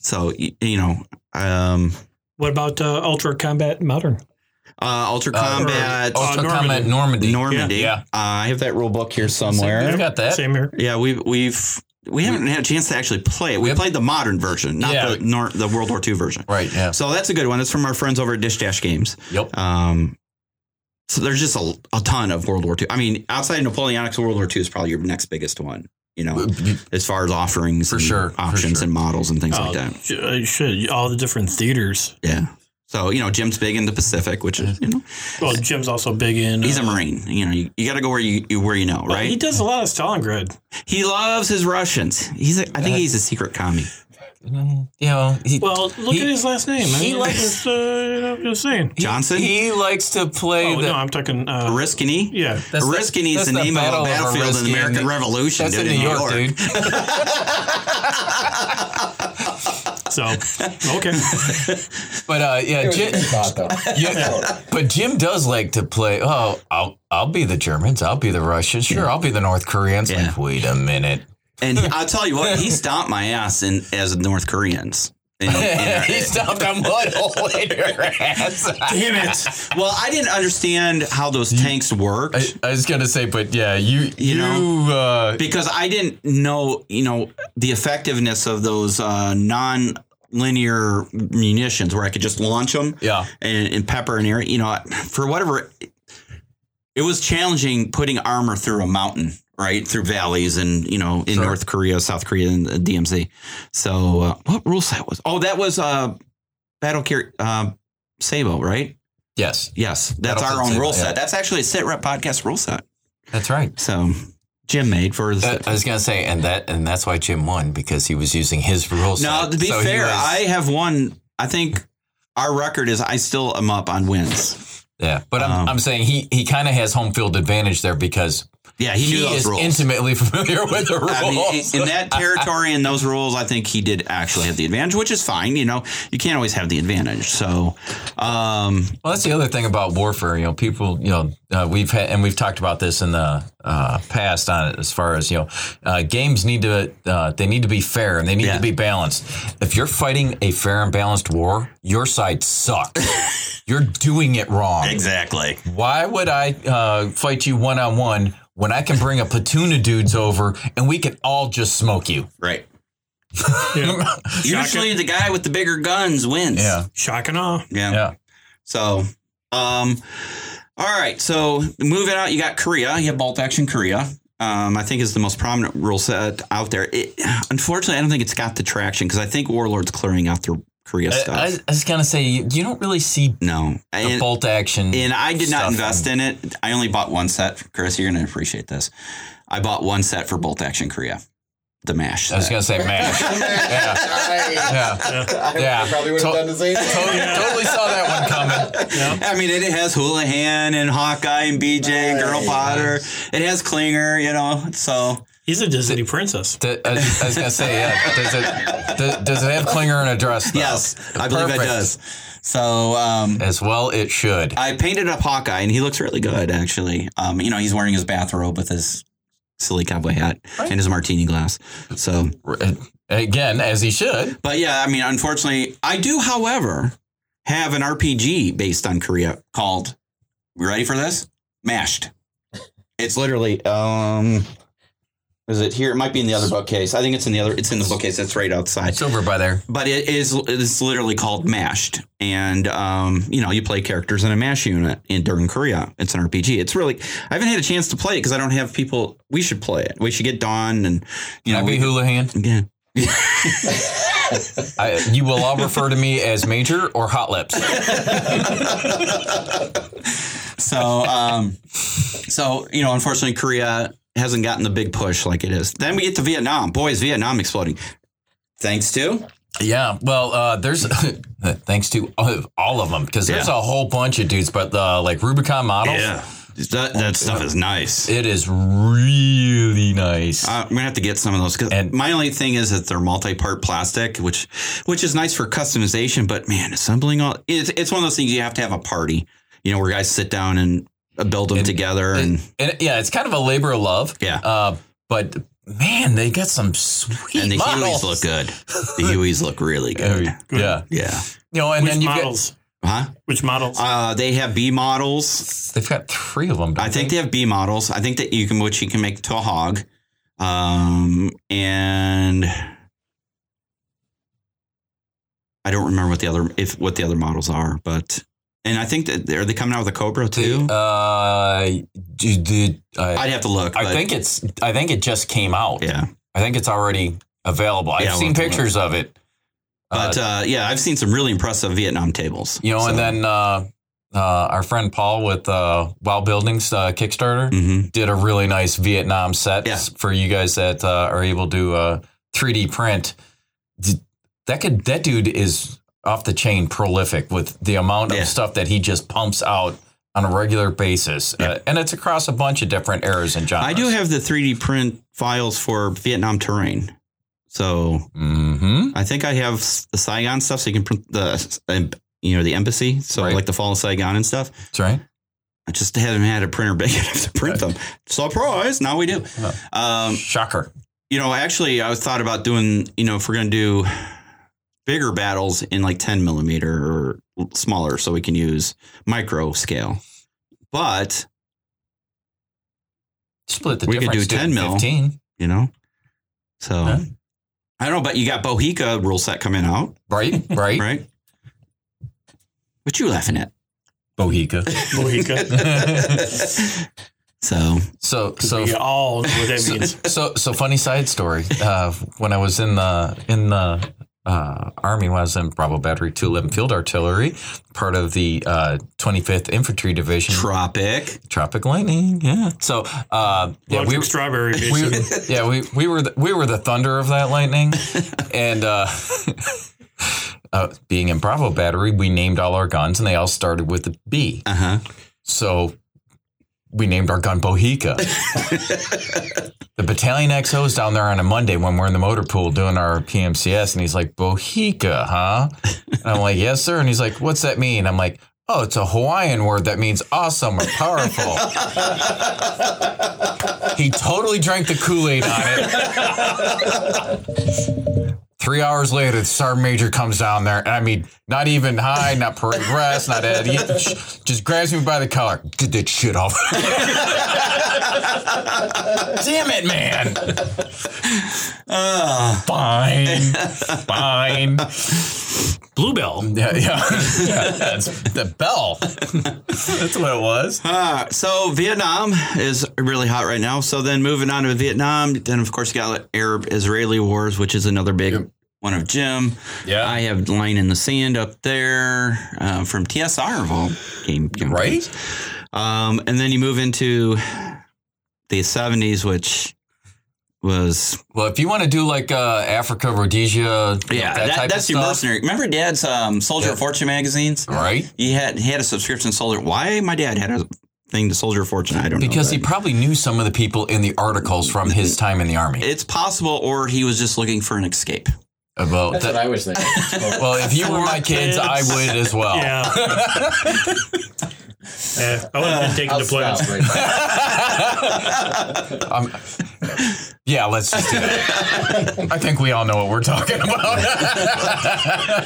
S1: So y- you know, um,
S7: What about uh, Ultra Combat Modern?
S1: uh, Ultra
S4: Uh,
S1: Combat
S4: Ultra
S7: Normandy.
S4: Combat Normandy.
S1: Normandy.
S4: Yeah.
S1: Uh, I have that rule book here somewhere.
S4: I've got that.
S7: Same here.
S1: Yeah, we've we've we haven't had a chance to actually play it. We
S4: Yep.
S1: played the modern version, not
S4: Yeah.
S1: the nor- the World War II version.
S4: Right. Yeah.
S1: So that's a good one. That's from our friends over at Dish Dash Games.
S4: Yep.
S1: Um, so there's just a, a ton of World War II. I mean, outside of Napoleonics, World War II is probably your next biggest one. You know, as far as offerings,
S4: Mm. For
S1: and
S4: sure, for
S1: options
S4: sure.
S1: and models and things
S5: Oh,
S1: like that.
S5: sh- uh, shit, all the different theaters.
S1: Yeah. So you know, Jim's big in the Pacific, which is you know
S4: Mm-hmm.
S5: Well, Jim's also big in.
S1: He's
S5: uh,
S1: a Marine. You know, you, you got to go where you, you where you know,
S5: well, He
S1: right?
S5: does a lot of Stalingrad.
S1: He loves his Russians. He's a, I think he's a secret commie.
S4: Mm, you know, he,
S5: Well, look
S4: He-
S5: at his last name. I
S4: he
S5: mean,
S4: likes-
S5: just, uh, you know, just saying.
S1: Johnson,
S4: he likes to play
S5: Oh
S4: the.
S5: no, I'm talking. Uh,
S1: Ariskany.
S5: yeah,
S4: That's the-
S1: Ariskany is
S4: that's
S1: the, name
S4: Battle
S1: of a battlefield in the
S4: Oriskany.
S1: American Revolution.
S4: That's
S1: dude,
S4: in New York, dude.
S5: so okay.
S4: But uh, yeah, Jim, yeah, but Jim does like to play. Oh, I'll I'll be the Germans. I'll be the Russians. Sure, I'll be the North Koreans.
S1: Yeah.
S4: Like, wait a minute.
S1: And he- I'll tell you what, he stomped my ass in as North Koreans. In- in our-
S4: he stopped a mud hole in her ass.
S5: Damn it!
S1: well, I didn't understand how those tanks worked.
S4: I, I was gonna say, but yeah, you you,
S1: know?
S4: uh,
S1: because I didn't know, you know, the effectiveness of those uh, non-linear munitions, where I could just launch them,
S4: Yeah.
S1: and, and pepper and air. You know, for whatever, it was challenging putting armor through a mountain, right, through valleys, and you know, in
S4: Sure.
S1: North Korea, South Korea, and uh, the DMZ. So, uh, what rule set was? Oh, that was uh, battle carry. Uh, Sabo, right?
S4: yes,
S1: Yes, that's
S4: Battlefield
S1: our own
S4: Sable,
S1: rule
S4: yeah.
S1: set. That's actually a sit rep podcast rule set.
S4: that's right.
S1: So, Jim made for the
S4: Uh,
S1: sit
S4: I was gonna say, and that and that's why Jim won because he was using his rules.
S1: No, to be fair, I have won. I think our record is I still am up on wins.
S4: yeah, but I'm
S1: Um,
S4: I'm saying he he kind of has home field advantage there because
S1: Yeah, he knew
S4: he
S1: those
S4: is
S1: rules.
S4: intimately familiar with the rules.
S1: I mean, in, in that territory and those rules, I think he did actually have the advantage, which is fine. You know, you can't always have the advantage. So, um,
S4: Well, that's the other thing about warfare. You know, people. You know, uh, we've had and we've talked about this in the uh, past on it. As far as you know, uh, games need to uh, they need to be fair and they need
S1: Yeah.
S4: to be balanced. If you're fighting a fair and balanced war, your side sucks. you're doing it wrong.
S1: exactly.
S4: Why would I uh, fight you one on one when I can bring a platoon of dudes over and we can all just smoke you?
S1: Right.
S5: Yeah.
S1: Usually the guy with the bigger guns wins.
S4: Yeah,
S5: Shock and awe.
S1: Yeah.
S4: yeah.
S1: So, um, all right. So moving out, you got Korea. You have bolt action Korea. Um, I think is the most prominent rule set out there. It, unfortunately, I don't think it's got the traction because I think Warlord's clearing out the Korea
S4: I,
S1: stuff.
S4: I, I was gonna say you, you don't really see
S1: no,
S4: the
S1: and,
S4: bolt action.
S1: and I did not
S4: stuff.
S1: invest in it. I only bought one set. Chris, you're going to appreciate this. I bought one set for bolt action Korea, the mash.
S4: I was
S1: set.
S4: gonna say mash. yeah,
S6: I,
S4: yeah.
S6: I
S4: Yeah.
S6: probably would have
S4: To-
S6: done the same thing.
S4: Totally, Oh, totally saw that one coming.
S1: I mean, it, it has Houlihan and Hawkeye and BJ and Girl
S6: Nice.
S1: Potter. It has Klinger, you know. So
S7: He's a Disney princess.
S4: D- I, I was gonna say, yeah. Does it do- does it have Klinger in a dress? Though?
S1: Yes, I believe it
S4: Perfect.
S1: does. So um,
S4: As well, it should.
S1: I painted up Hawkeye, and he looks really good, actually. Um, you know, he's wearing his bathrobe with his silly cowboy hat and his martini glass. So,
S4: Again, as he should.
S1: but yeah, I mean, unfortunately, I do, however, have an RPG based on Korea called. You ready for this? Mashed. It's literally. um Is it here? It might be in the other bookcase. I think it's in the other. It's in the bookcase. That's right outside.
S4: It's over by there.
S1: but it is it's literally called mashed and um, you know you play characters in a mash unit in during korea it's an rpg it's really i haven't had a chance to play it because i don't have people we should play it we should get dawn and you
S4: Can
S1: know
S4: I be
S1: we,
S4: Houlihan?
S1: yeah
S4: I, you will all refer to me as Major or Hot Lips.
S1: so um, so you know unfortunately korea hasn't gotten the big push like it is then we get to vietnam boy is vietnam exploding thanks to
S4: Yeah, well, uh, there's thanks to all of them because there's
S1: Yeah.
S4: a whole bunch of dudes, but the like Rubicon models,
S1: that, that stuff is nice
S4: it is really nice.
S1: Uh, I'm gonna have to get some of those 'cause
S4: And-
S1: my only thing is that they're multi-part plastic, which which is nice for customization. But man, assembling all it's it's one of those things you have to have a party, you know, where guys sit down and uh, build them together. and
S4: and yeah, it's kind of a labor of love.
S1: Yeah.
S4: uh, but man, they got some sweet
S1: and the Hueys
S4: models.
S1: look good. The Hueys look really
S4: I
S1: good.
S4: mean, yeah,
S1: Yeah,
S4: you know, and
S7: Which
S4: then you got
S7: models?
S1: huh?
S7: Which models?
S1: Uh, they have B models.
S4: they've got three of them.
S1: I think they have B models. I think that you can which you can make to a hog, um, and. I don't remember what the other if what the other models are, but and I think that are they coming out with a Cobra too?
S4: Uh, do, do, I,
S1: I'd have to look.
S4: I
S1: but-
S4: think it's. I think it just came out.
S1: yeah,
S4: I think it's already available. I've
S1: Yeah, we'll
S4: seen
S1: have to look.
S4: pictures of it.
S1: but uh, yeah, I've seen some really impressive Vietnam tables.
S4: You know, and then uh, uh, our friend Paul with uh, Wild Buildings uh, Kickstarter
S1: hmm
S4: did a really nice Vietnam set
S1: Yeah.
S4: for you guys that uh, are able to uh, 3D print. D- That could that dude is off the chain prolific with the amount
S1: Yeah.
S4: of stuff that he just pumps out on a regular basis, uh, and it's across a bunch of different eras and genres.
S1: I do have the 3D print files for Vietnam terrain, so
S4: hmm
S1: I think I have s- the Saigon stuff, so you can print the um, you know the embassy, so
S4: Right.
S1: like the fall of Saigon and stuff.
S4: That's right.
S1: I just haven't had a printer big enough to print them. Surprise! Now we do.
S4: Yeah.
S1: Um,
S4: Shocker.
S1: you know, actually, I was thought about doing. You know, if we're gonna do bigger battles in like 10 millimeter or smaller, so we can use micro scale. But
S4: Split the
S1: We could do 10
S4: difference.
S1: mil.
S4: Fifteen.
S1: you know, so
S4: Yeah.
S1: I don't know. But you got Bohica rule set coming out,
S4: Right. Right.
S1: right? What you laughing at?
S4: Bohica.
S7: Mohica.
S1: So
S4: So so
S7: we all know what that means.
S4: so so funny side story. Uh, when I was in the in the uh, army, when I was in Bravo Battery Two Eleven Field Artillery, part of the uh, 25th Infantry Division,
S1: tropic.
S4: Tropic Lightning. Yeah. So uh, yeah,
S7: Electric
S4: we
S7: strawberry.
S4: we
S7: basically.
S4: yeah we we were the, we were the thunder of that lightning, and. Uh, Uh, being in Bravo Battery, we named all our guns, and they all started with a B.
S1: Uh huh.
S4: So we named our gun Bohica. the battalion XO is down there on a Monday when we're in the motor pool doing our PMCS, and he's like, Bohica, huh? And I'm like, yes, sir. And he's like, what's that mean? I'm like, oh, it's a Hawaiian word that means awesome or powerful. he totally drank the Kool Aid on it. Three hours later, the sergeant major comes down there, and I mean, not even high, not parade rest, not at, he just grabs me by the collar. Get that shit off. Damn it, man. Ah. Fine. Fine.
S7: Bluebell.
S4: Yeah, yeah. That's the bell. That's what it was.
S1: Uh, so Vietnam is really hot right now. So then moving on to Vietnam, then of course you got Arab Israeli wars, which is another big one of Jim.
S4: Yeah.
S1: I have Line in the Sand up there uh, from TSR of all game, game
S4: Right?
S1: Um, and then you move into the 70s, which was
S4: Well, if you want to do like uh, Africa, Rhodesia,
S1: yeah,
S4: that,
S1: that-
S4: type
S1: that's
S4: of
S1: your
S4: stuff,
S1: mercenary. Remember Dad's um, Soldier
S4: Yeah.
S1: of Fortune magazines?
S4: right?
S1: He had he had a subscription Soldier. Why my dad had a thing to Soldier of Fortune? I don't know.
S4: Because
S1: but-
S4: he probably knew some of the people in the articles from his time in the army.
S1: It's possible, or he was just looking for an escape.
S4: About
S6: That's
S4: that.
S6: what I was thinking.
S4: well, if you were my kids, I would as well.
S7: Yeah. yeah. I would have been taking
S6: I'll
S7: deployments.
S6: stop right now.
S4: Um, yeah, let's just do that. I think we all know what we're talking about.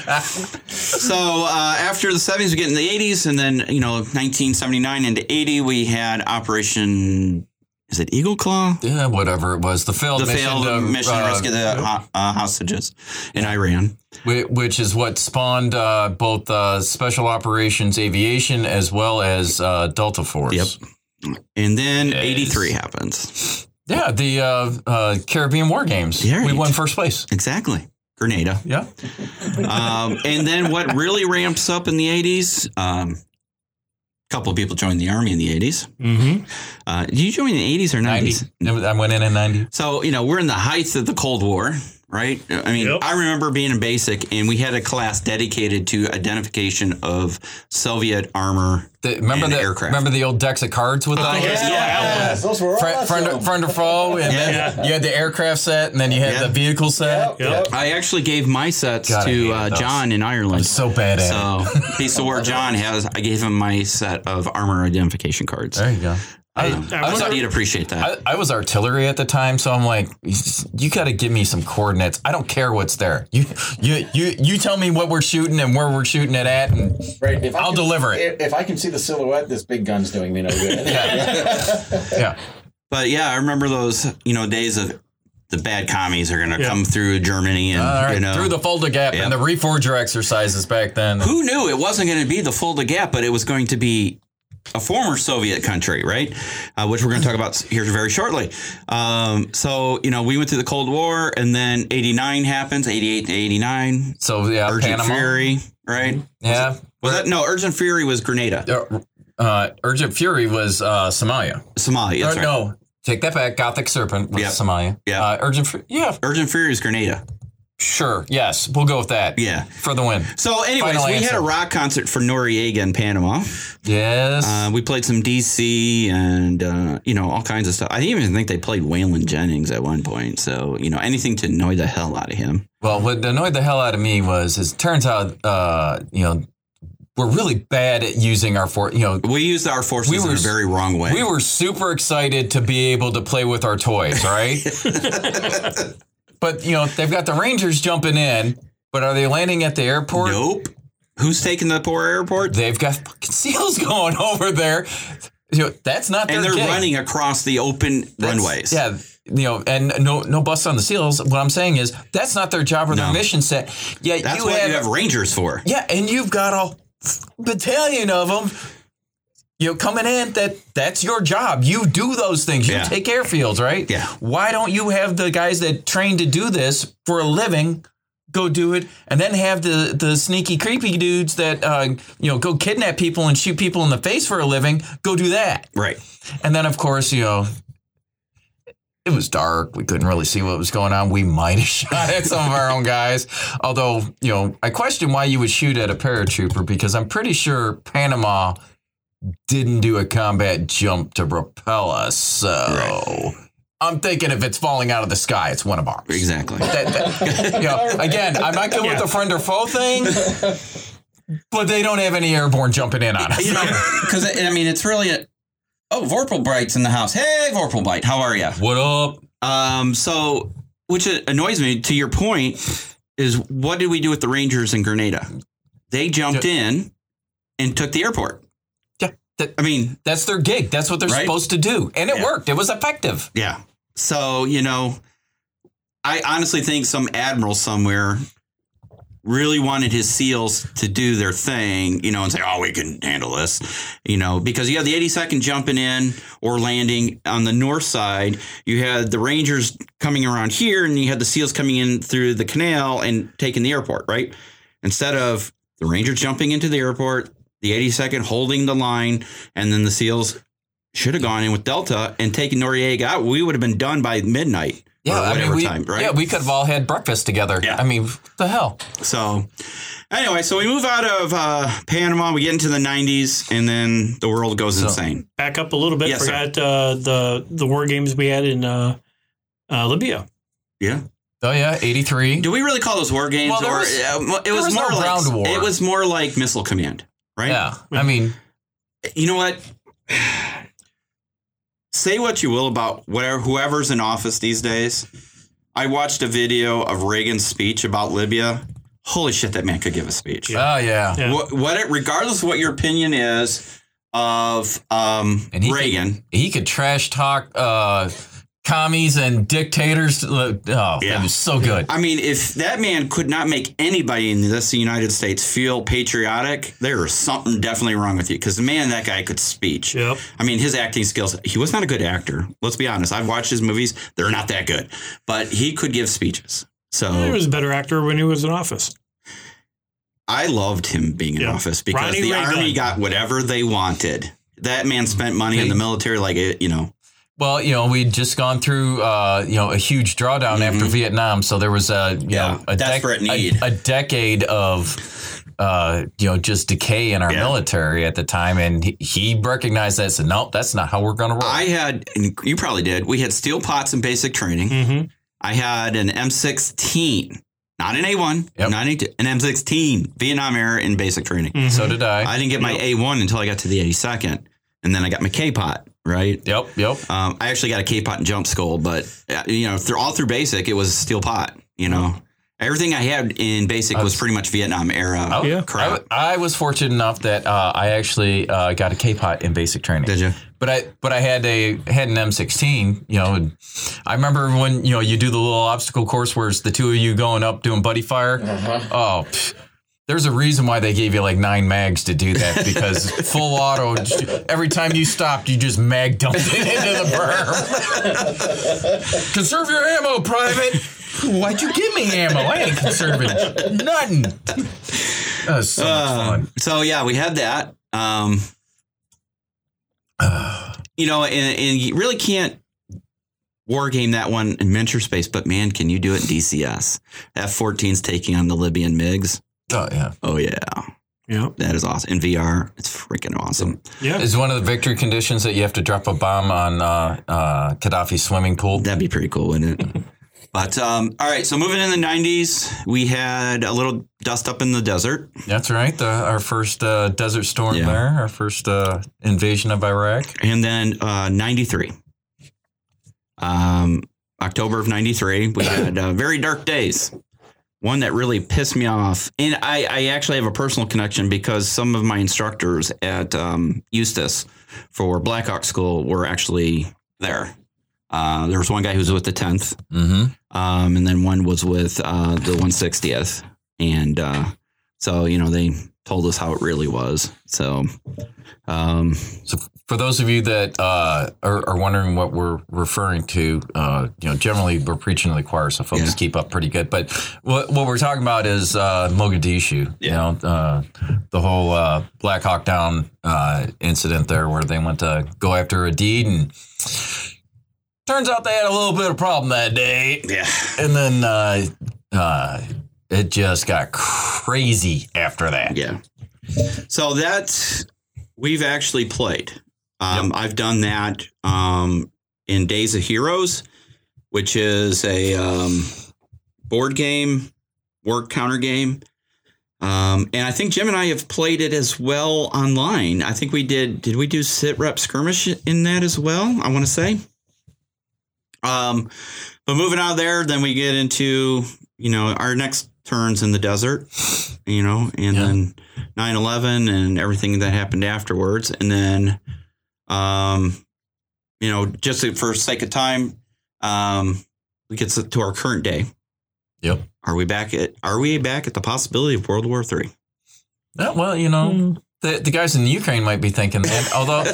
S1: So uh, after the 70s, we get in the 80s, and then, you know, 1979 into 80, we had Operation, is it Eagle Claw?
S4: yeah, whatever it was, the failed
S1: The
S4: mission,
S1: failed
S4: to,
S1: mission to
S4: uh,
S1: rescue the ho- uh, hostages in Iran.
S4: whi- which is what spawned uh, both uh, Special Operations Aviation as well as uh, Delta Force.
S1: Yep. And then
S4: Yes.
S1: 83 happens.
S4: Yeah, the uh, uh, Caribbean War Games.
S1: Yeah,
S4: We
S1: right.
S4: won first place.
S1: Exactly. Grenada.
S4: Yeah.
S1: Um, and then what really ramps up in the 80s, um, a couple of people joined the army in the 80s.
S7: Mm-hmm.
S1: Uh, did you join in the 80s or
S4: 90.
S1: 90s?
S4: I went in in 90.
S1: So, you know, we're in the heights of the Cold War, right? I mean,
S7: Yep.
S1: I remember being in basic and we had a class dedicated to identification of Soviet armor.
S4: The, remember
S1: And
S4: the
S1: aircraft.
S4: remember the old decks of cards with all those?
S6: Yes, those were
S4: Friend,
S6: awesome.
S4: friend, friend or foe, and then you had the aircraft set, and then you had
S1: Yeah.
S4: the vehicle set.
S6: Yep, yep.
S1: I actually gave my sets
S4: God, I
S1: to
S4: hated
S1: uh,
S4: those.
S1: John in Ireland.
S4: So bad at it.
S1: So, piece of work John has, I gave him my set of armor identification cards.
S4: There you go. I,
S1: Um,
S4: I
S1: I
S4: was,
S1: thought you'd appreciate that.
S4: I, I was artillery at the time, so I'm like, you got to give me some coordinates. I don't care what's there. You you you you tell me what we're shooting and where we're shooting it at, and
S6: Right, if I
S4: I'll
S6: can-
S4: deliver it.
S6: If, if I can see the silhouette, this big gun's doing me no good.
S4: yeah,
S1: But yeah, I remember those, you know, days of the bad commies are going to
S7: Yeah.
S1: come through Germany and,
S4: all right.
S1: you know,
S4: Through the folder gap and the
S1: Yep.
S4: reforger exercises back then.
S1: who knew it wasn't going to be the full to gap, but it was going to be a former Soviet country, right? Uh, which we're going to talk about here very shortly. Um, so, you know, we went through the Cold War and then 89 happens, 88 to 89,
S4: So yeah,
S1: Urgent
S4: Panama.
S1: Fury, right?
S4: Yeah,
S1: Was that, no, Urgent Fury was Grenada,
S4: uh, uh, Urgent Fury was uh, Somalia.
S1: Somalia. That's
S4: Or
S1: right.
S4: No, take that back. Gothic Serpent was
S1: Yep.
S4: Somalia.
S1: Yep.
S4: Uh, Urgent Fury. Yeah,
S1: Urgent Fury is Grenada.
S4: sure. Yes, we'll go with that.
S1: Yeah. Um,
S4: For the win.
S1: So, anyways,
S4: Final
S1: we had
S4: answer.
S1: a rock concert for Noriega in Panama.
S4: Yes.
S1: Uh, we played some DC and uh, you know all kinds of stuff. I didn't even think they played Waylon Jennings at one point. So you know anything to annoy the hell out of him.
S4: well, what annoyed the hell out of me was is it turns out, uh, you know, we're really bad at using our for. You know,
S1: We used our forces
S4: We were
S1: in a
S4: s-
S1: very wrong way.
S4: we were super excited to be able to play with our toys, right? but you know, they've got the Rangers jumping in, but are they landing at the airport?
S1: nope. Who's taking the poor airport?
S4: They've got fucking seals going over there. You know, that's not
S1: and
S4: their
S1: they're
S4: gig.
S1: running across the open
S4: That's-
S1: runways.
S4: Yeah, you know, and no no bust on the seals. What I'm saying is that's not their job or their
S1: No.
S4: mission set. Yeah,
S1: that's
S4: you
S1: what
S4: have,
S1: you have rangers for.
S4: yeah, and you've got a battalion of them. You know, coming in that that's your job. You do those things. You
S1: Yeah.
S4: take airfields, right?
S1: Yeah.
S4: Why don't you have the guys that train to do this for a living go do it, and then have the the sneaky creepy dudes that uh, you know go kidnap people and shoot people in the face for a living go do that.
S1: Right.
S4: And then, of course, you know, it was dark. We couldn't really see what was going on. We might have shot at some of our own guys. Although, you know, I question why you would shoot at a paratrooper because I'm pretty sure Panama didn't do a combat jump to propel us. So I'm thinking if it's falling out of the sky, it's one of ours.
S1: Exactly.
S4: That- that- you know, again, I'm not good with the friend or foe thing, but they don't have any airborne jumping in on us.
S1: You know, because I mean, it's really a, oh, Vorpalbright's in the house. Hey, Vorpalbright, how are you?
S4: What up?
S1: Um, so, which annoys me. To your point, is what did we do with the Rangers in Grenada? They jumped in and took the airport.
S4: Yeah, that-
S1: I mean,
S4: That's their gig. That's what they're
S1: Right?
S4: supposed to do. And it
S1: Yeah.
S4: worked. It was effective.
S1: Yeah. So, you know, I honestly think some admiral somewhere really wanted his SEALs to do their thing, you know, and say, oh, we can handle this, you know, because you have the 82nd jumping in or landing on the north side. You had the Rangers coming around here and you had the SEALs coming in through the canal and taking the airport, right? Instead of the Rangers jumping into the airport, the 82nd holding the line, and then the SEALs should have gone in with Delta and taken Noriega out. We would have been done by midnight.
S4: Yeah,
S1: or
S4: I
S1: whatever
S4: mean, we,
S1: time, right?
S4: yeah, we could have all had breakfast together.
S1: Yeah.
S4: I mean, what the hell?
S1: So, anyway, so we move out of uh, Panama, we get into the 90s, and then the world goes
S4: So-
S1: insane.
S7: Back up a little bit.
S1: Yes, sir.
S7: Forgot uh, the the war games we had in uh, uh, Libya.
S1: Yeah.
S4: Oh, yeah, 83.
S1: Do we really call those war games?
S4: Well, there
S1: or,
S4: was-
S1: uh, mo- it
S4: there
S1: was,
S4: was no
S1: more like
S4: ground war.
S1: it was more like missile command, right?
S4: Yeah. I mean,
S1: You know what? Say what you will about whatever whoever's in office these days. I watched a video of Reagan's speech about Libya. Holy shit, that man could give a speech.
S4: oh, yeah.
S7: Yeah.
S1: What, what it, regardless of what your opinion is of um,
S4: And he-
S1: Reagan,
S4: He could trash talk uh, commies and dictators. Oh,
S1: Yeah.
S4: that was so good.
S1: I mean, if that man could not make anybody in this United States feel patriotic, there is something definitely wrong with you. Because man, that guy could speech.
S7: Yep.
S1: I mean, his acting skills. He was not a good actor. Let's be honest. I've watched his movies; they're not that good. But he could give speeches.
S4: Oh.
S7: He
S1: So
S7: was a better actor when he was in office.
S1: I loved him being in
S7: Yeah.
S1: office because
S7: Ronnie
S1: the
S7: Reagan.
S1: army got whatever they wanted. That man spent money in the military like it, you know.
S4: Well, you know, we'd just gone through, uh, you know, a huge drawdown after Vietnam, so there was a, you
S1: Mm-hmm. Yeah,
S4: know, a,
S1: desperate
S4: a,
S1: need.
S4: a decade of, uh, you know, just decay in our
S1: Yeah.
S4: military at the time, and he, he recognized that. and Said, no, that's not how we're going to roll.
S1: I had, and you probably did. We had steel pots in basic training.
S7: Mm-hmm.
S1: I had an M16, not an A1,
S4: Yep. Mm.
S1: not an A2, an M16 Vietnam era in basic training.
S7: mm-hmm.
S4: so did I.
S1: I didn't get my A1 until I got to the 82nd, and then I got my K pot. Right.
S4: yep, yep.
S1: Um, I actually got a K pot and jump school, but uh, you know, through all through basic, it was steel pot. You know, everything I had in basic was, pretty much Vietnam era
S4: Oh, I,
S7: Yeah.
S1: crap.
S4: I, I was fortunate enough that uh, I actually uh, got a K-pot in basic training.
S1: Did you?
S4: But I but I had a had an M16, you know. And I remember when you know you do the little obstacle course where it's the two of you going up doing buddy fire. Oh. pff, there's a reason why they gave you like nine mags to do that because full auto. Every time you stopped, you just mag dumped it into the berm. Conserve your ammo, private. Why'd you give me ammo? I ain't conserving nothing. That was so much
S1: Uh,
S4: fun.
S1: so yeah, we had that. Um, you know, and, and you really can't war game that one in miniature space, but man, can you do it in DCS? F 14s taking on the Libyan MiGs.
S4: Oh yeah.
S1: Oh, yeah.
S7: Yep.
S1: That is awesome. In VR, it's freaking awesome.
S7: Yeah.
S4: Is one of the victory conditions that you have to drop a bomb on uh, uh, Gaddafi's swimming pool?
S1: That'd be pretty cool, wouldn't it? But um, all right, so moving in the 90s, we had a little dust up in the desert.
S4: That's right. The, our first uh, desert storm
S1: Yeah.
S4: there, our first uh, invasion of Iraq.
S1: And then uh, 93. Um, October of 93, we had uh, very dark days. One that really pissed me off. And I, I actually have a personal connection because some of my instructors at um, Eustis for Blackhawk School were actually there. Uh, there was one guy who was with the 10th,
S4: Mm-hmm.
S1: um, and then one was with uh, the 160th. And uh, so, you know, they told us how it really was. So, um,
S4: So, for those of you that uh, are, are wondering what we're referring to, uh, you know, generally we're preaching to the choir, so folks
S1: Yeah.
S4: keep up pretty good. But what, what we're talking about is uh, Mogadishu.
S1: Yeah.
S4: You know, uh, the whole uh, Black Hawk Down uh, incident there, where they went to go after a deed, and turns out they had a little bit of problem that day,
S1: yeah.
S4: and then uh, uh, it just got crazy after that.
S1: Yeah. So that we've actually played. Um, I've done that um, in Days of Heroes, which is a um, board game, work counter game. Um, and I think Jim and I have played it as well online. I think we did. Did we do sit rep skirmish in that as well? I want to say. Um, but moving out of there, then we get into you know our next turns in the desert, you know, and
S4: Yeah.
S1: then 9-11 and everything that happened afterwards, and then, um, you know, just for sake of time, um, we get to our current day.
S4: Yep.
S1: Are we back at Are we back at the possibility of World War Three?
S4: Yeah, well, you know, the, the guys in Ukraine might be thinking that. Although,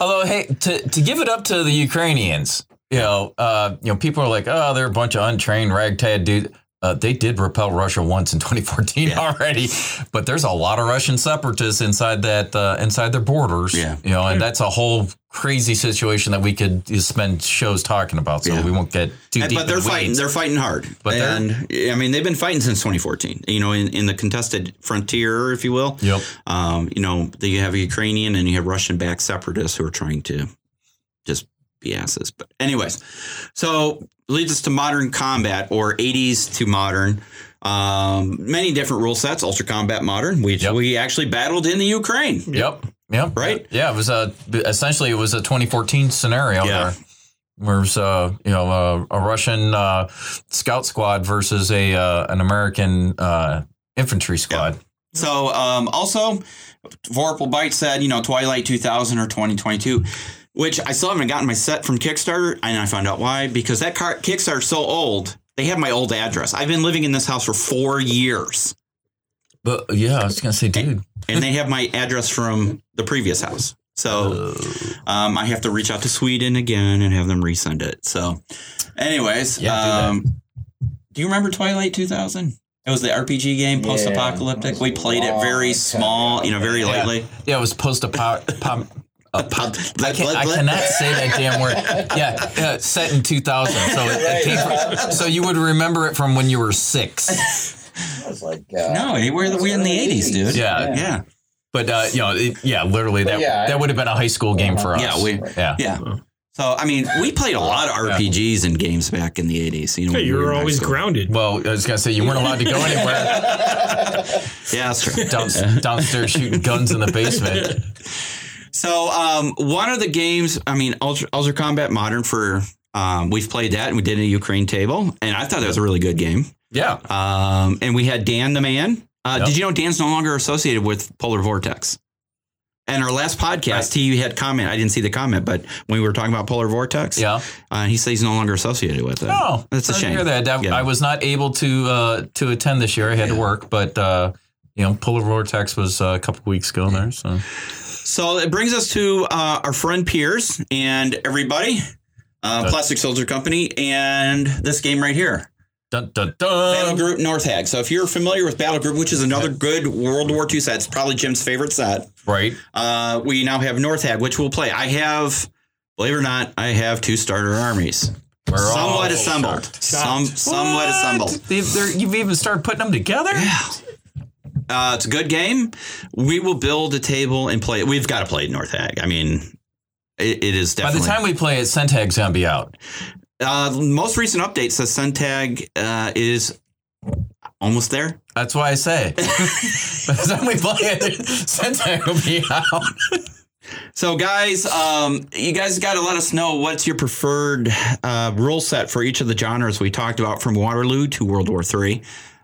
S4: although, hey, to, to give it up to the Ukrainians, you know, uh, you know, people are like, oh, they're a bunch of untrained ragtag dudes. Uh, they did repel Russia once in 2014 already, but there's a lot of Russian separatists inside that uh, inside their borders.
S1: Yeah.
S4: you know, and that's a whole crazy situation that we could just spend shows talking about. So
S1: Yeah.
S4: we won't get too deep.
S1: but they're
S4: in the
S1: fighting.
S4: weeds.
S1: They're fighting hard.
S4: But they're-
S1: and I mean, they've been fighting since 2014. You know, in, in the contested frontier, if you will.
S4: Yep.
S1: Um, you know, that you have Ukrainian and you have Russian-backed separatists who are trying to just be asses. But anyways, so leads us to modern combat or 80s to modern. Um, many different rule sets. Ultra combat modern. We
S4: Yep.
S1: we actually battled in the Ukraine.
S4: Yep. Yep.
S1: Right?
S4: Yeah. It was a essentially it was a 2014 scenario
S1: Yeah.
S4: where where it was uh, you know a, a Russian uh, scout squad versus a uh, an American uh, infantry squad.
S1: So, um, also, Vorpal Bite said, you know, Twilight 2000 or 2022, which I still haven't gotten my set from Kickstarter, and I found out why because that car- Kickstarter's so old. They have my old address. I've been living in this house for four years,
S4: But yeah, I was gonna say, dude.
S1: and they have my address from the previous house. So, um, I have to reach out to Sweden again and have them resend it. So, anyways,
S4: Yeah, do that.
S1: um, do you remember Twilight 2000? It was the RPG game,
S6: Yeah,
S1: post apocalyptic.
S6: that was
S1: We
S6: a
S1: played it
S6: long
S1: very
S6: time
S1: small,
S6: ago.
S1: you know, very
S4: Yeah.
S1: lightly.
S4: Yeah, it was post pop.
S1: Pop-
S4: I,
S1: let-
S4: can't,
S1: let-
S4: I
S1: let-
S4: cannot say that damn word. Yeah, yeah, set in 2000. So it, it came from, so you would remember it from when you were six.
S6: I was like, uh,
S1: No, hey, we're, we're in the 80s, dude.
S4: Yeah.
S1: Yeah.
S4: But uh, you know, it, yeah, literally that
S6: But yeah, I-
S4: that would have been a high school game for us.
S1: Yeah, we-
S4: yeah.
S1: Yeah. So, I mean, we played a lot of RPGs and games back in the 80s. You know,
S7: Yeah,
S1: when
S7: you
S1: we
S7: were
S1: in high
S7: always
S1: school.
S7: grounded.
S4: Well, I was gonna say you weren't allowed to go anywhere
S1: Yeah, that's true.
S4: down, downstairs shooting guns in the basement.
S1: So, um, one of the games, I mean, Ultra, Ultra Combat Modern for, um, we've played that and we did a Ukraine table. And I thought that was a really good game.
S4: Yeah,
S1: Um, and we had Dan the man. Uh,
S4: Yep.
S1: Did you know Dan's no longer associated with Polar Vortex? And our last podcast, he had comment. I didn't see the comment, but when we were talking about Polar Vortex,
S4: yeah.
S1: uh, he says he's no longer associated with it.
S4: Oh,
S1: that's a
S4: sorry to
S1: shame.
S4: Hear that. I,
S1: Yeah.
S4: I was not able to uh, to attend this year. I had to work, but uh, you know, Polar Vortex was uh, a couple weeks ago there. So
S1: So it brings us to uh, our friend Piers and everybody, uh,
S4: Uh,
S1: Plastic Soldier Company, and this game right here,
S4: dun dun
S1: Battle
S4: dun.
S1: Group North Hag. So if you're familiar with Battle Group, which is another good World War II set, it's probably Jim's favorite set.
S4: Right.
S1: Uh, we now have North Hag, which we'll play. I have, believe it or not, I have two starter armies,
S4: We're all
S1: somewhat assembled, some somewhat
S4: What?
S1: assembled.
S4: They- they're- You've even started putting them together.
S1: Uh, it's a good game. We will build a table and play it. We've got to play North Hag. I mean, it, it is
S4: By
S1: definitely.
S4: the time we play it, Centag's gonna be out.
S1: Uh, most recent update says Suntag uh, is almost there.
S4: That's why I say. By the time we play it, Centag will be out.
S1: So, guys, um, you guys got to let us know what's your preferred uh, rule set for each of the genres we talked about from Waterloo to World War III.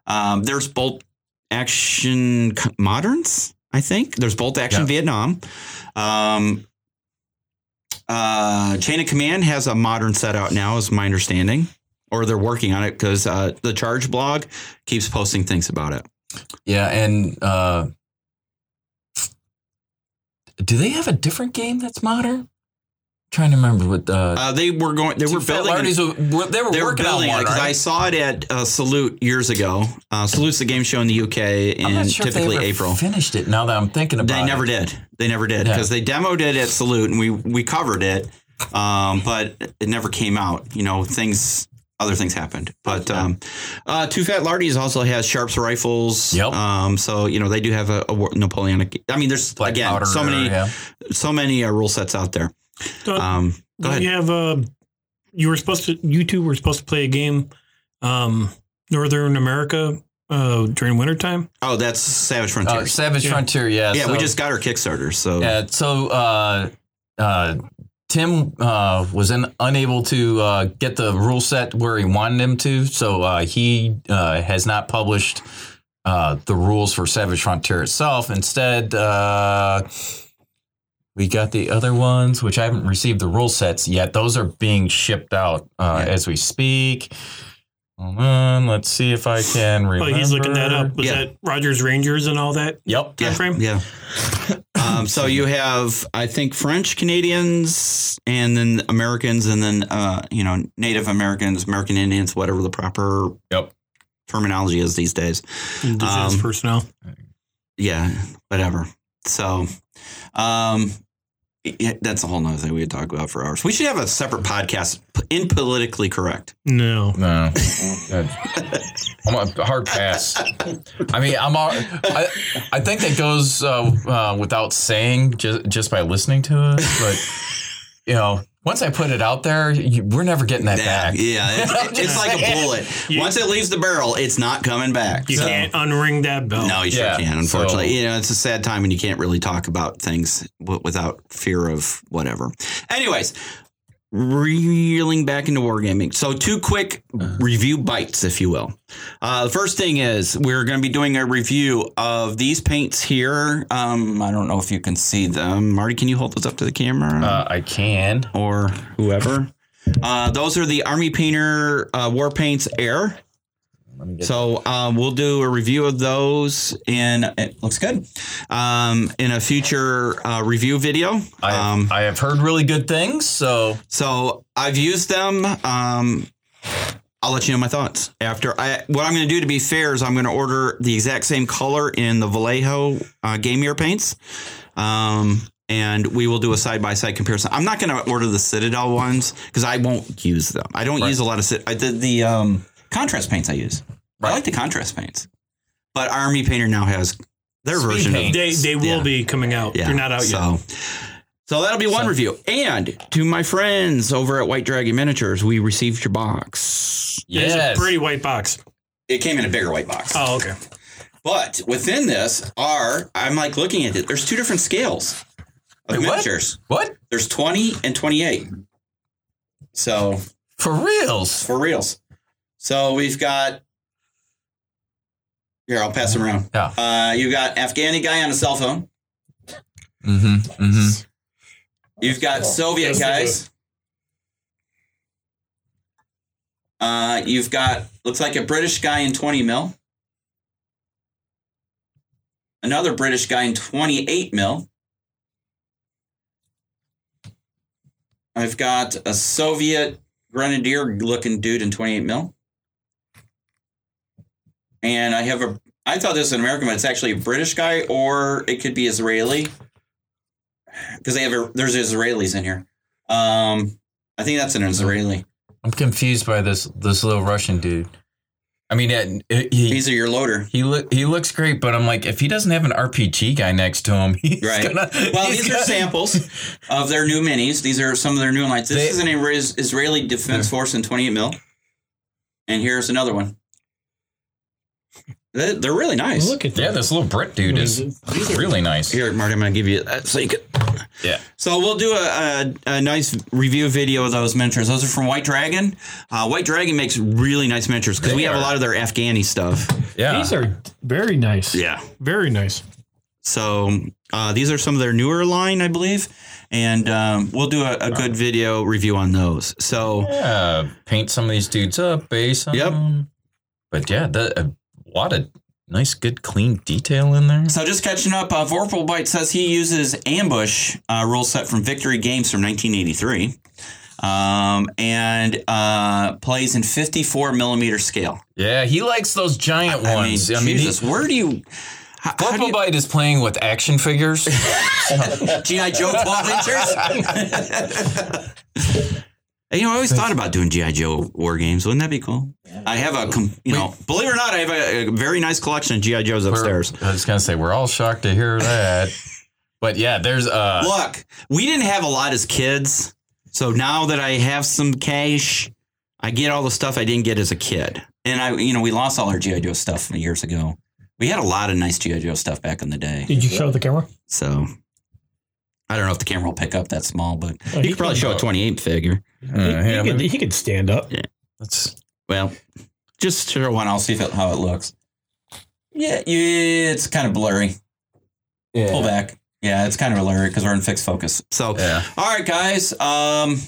S1: Um, there's bolt action co- moderns, I think. There's bolt action
S4: Yeah.
S1: Vietnam. Um, uh, Chain of Command has a modern set out now, is my understanding, or they're working on it because uh, the Charge blog keeps posting things about it.
S4: Yeah, and uh, do they have a different game that's modern? trying to remember what. Uh,
S1: Uh, they were going. They were
S4: Fat
S1: building.
S4: Lardies were- they were
S1: they were
S4: working on
S1: building it
S4: one,
S1: because I
S4: right?
S1: saw it at uh, Salute years ago. Uh, Salute's the game show in the UK
S4: I'm
S1: in
S4: not sure if they
S1: typically
S4: ever
S1: April.
S4: Finished it. Now that I'm thinking about
S1: They
S4: it,
S1: never did. They never did
S4: Yeah.
S1: because they demoed it at Salute and we we covered it, um, but it never came out. You know, things other things happened. But um, uh, Two Fat Lardies also has Sharps rifles.
S4: Yep.
S1: Um, so you know they do have a, a war- Napoleonic. I mean, there's
S4: Black
S1: again
S4: powder,
S1: so many
S4: yeah.
S1: so many uh, rule sets out there.
S7: Don't-
S1: Um, go
S7: You
S1: ahead.
S7: have uh, you were supposed to. You two were supposed to play a game, um, Northern America uh, during wintertime.
S1: Oh, that's Savage
S4: Uh,
S1: Frontiers.
S4: Savage
S7: Yeah.
S4: Frontier, yeah.
S1: yeah,
S4: so-
S1: we just got our Kickstarter. So
S4: Yeah, so uh, uh, Tim uh, was in, unable to uh, get the rule set where he wanted him to, so uh, he uh, has not published uh, the rules for Savage Frontier itself. Instead, uh, we got the other ones, which I haven't received the rule sets yet. Those are being shipped out uh,
S1: Yeah.
S4: as we speak. Hold on, let's see if I can
S7: Oh,
S4: remember.
S7: he's looking that up. Was
S1: Yeah.
S7: that Rogers Rangers and all that?
S4: Yep.
S7: time frame?
S1: Yeah. Um, so you have, I think, French Canadians and then Americans and then, uh, you know, Native Americans, American Indians, whatever the proper
S4: Yep.
S1: terminology is these days.
S7: Defense
S1: Um,
S7: personnel.
S1: Yeah, whatever. So um, yeah, that's a whole nother thing we could talk about for hours. We should have a separate podcast in politically correct.
S7: No.
S4: No. I'm a hard pass. I mean, I'm all, I, I think that goes uh, uh, without saying just, just by listening to it. But, you know, once I put it out there, you, we're never getting that
S1: Yeah,
S4: back.
S1: yeah, it's,
S4: I'm
S1: it's
S4: just
S1: like a
S4: saying.
S1: bullet.
S7: You-
S1: Once it leaves the barrel, it's not coming back.
S7: You
S1: So-
S7: can't unring that bell.
S1: No, you
S4: Yeah,
S1: sure can. Unfortunately,
S4: so-
S1: you know it's a sad time, and you can't really talk about things w- without fear of whatever. Anyways, reeling back into wargaming. So, two quick
S4: Uh-huh.
S1: review bites, if you will. Uh, the first thing is we're going to be doing a review of these paints here. Um, I don't know if you can see them, Marty. Can you hold those up to the camera?
S4: Uh, I can.
S1: or whoever. Uh, those are the Army Painter uh, War Paints Air. So um, we'll do a review of those in it looks good um, in a future uh, review video.
S4: I have,
S1: Um,
S4: I have heard really good things. So,
S1: so I've used them. Um, I'll let you know my thoughts after. I what I'm going to do to be fair is I'm going to order the exact same color in the Vallejo uh, Game Year paints, um, and we will do a side by side comparison. I'm not going to order the Citadel ones because I won't use them. I don't use a lot of Cit- I, the the um, contrast paints I use. I
S4: Right.
S1: like the contrast paints, but Army Painter now has their
S4: Speed
S1: version
S4: paint.
S1: of
S7: They they will
S1: Yeah.
S7: be coming out.
S1: yeah.
S7: They're not out yet.
S1: so, So that'll be one review. And to my friends over at White Dragon Miniatures, we received your box.
S7: It's
S4: yes.
S7: a pretty white box.
S1: It came in a bigger white box.
S7: Oh, okay.
S1: But within this are, I'm like looking at it, there's two different scales of
S4: Wait, what?
S1: miniatures.
S4: what?
S1: There's 20 and 28. So
S4: For reals?
S1: for reals. So we've got, here, I'll pass them around.
S4: Yeah.
S1: Uh, you got Afghani guy on a cell phone.
S4: Mm-hmm. Mm-hmm.
S1: You've got Soviet guys. Uh, you've got looks like a British guy in 20 mil. Another British guy in 28 mil. I've got a Soviet grenadier looking dude in 28 mil. And I have a I thought this was an American, but it's actually a British guy or it could be Israeli because they have a, there's Israelis in here. Um, I think that's an Israeli.
S4: I'm confused by this this little Russian dude. I mean, it, it, he,
S1: These are your loader.
S4: He look he looks great, but I'm like, if he doesn't have an RPG guy next to him, he's
S1: Right.
S4: gonna.
S1: Well,
S4: he's
S1: these are
S4: gonna-
S1: samples of their new minis. These are some of their new lines. This
S4: They-
S1: is an Is- Israeli Defense Force in 28 mil, and here's another one. They- They're really nice.
S7: Look at
S4: Yeah,
S7: that.
S4: this little Brit dude is really nice.
S1: Here, Marty, I'm going to give you that so you can.
S4: Yeah,
S1: So we'll do a, a, a nice review video of those miniatures. Those are from White Dragon. Uh, White Dragon makes really nice miniatures because
S4: They
S1: we have a
S4: are.
S1: lot of their Afghani stuff.
S4: yeah.
S7: These are very nice.
S1: Yeah.
S7: Very nice.
S1: So uh, these are some of their newer line, I believe, and um, we'll do a, a good video review on those. So
S4: Yeah, paint some of these dudes up, base. on
S1: Yep.
S4: them. But yeah, that, a lot of nice, good, clean detail in there.
S1: so just catching up, uh, Vorpal Bite says he uses Ambush uh, rule set from Victory Games from 1983, um, and uh, plays in 54 millimeter scale.
S4: Yeah, he likes those giant
S1: I mean,
S4: ones. I mean,
S1: Jesus, where do you? How, how do
S4: Purple
S1: you-
S4: Bite is playing with action figures.
S1: GI Joe 12 inches? You know, I always thought about doing GI Joe war games. Wouldn't that be cool? I have a, com- you know, believe it or not, I have a, a very nice collection of GI Joes upstairs.
S4: I was gonna say we're all shocked to hear that, but yeah, there's uh,
S1: Look, we didn't have a lot as kids, so now that I have some cash, I get all the stuff I didn't get as a kid. And I, you know, we lost all our GI Joe stuff years ago. We had a lot of nice GI Joe stuff back in the day,
S8: Did you show the camera?
S1: so I don't know if the camera will pick up that small, but
S8: Oh,
S1: you
S8: he
S1: could probably
S8: can-
S1: show a twenty-eight figure.
S8: He, he
S4: uh, yeah,
S8: could,
S4: maybe
S8: he could stand up.
S4: that's
S1: Well, just show one. I'll see if it, how it looks. Yeah, you, it's kind of blurry. Pull back. Yeah, it's kind of blurry because we're in fixed focus. So,
S4: yeah.
S1: all right, guys. Um,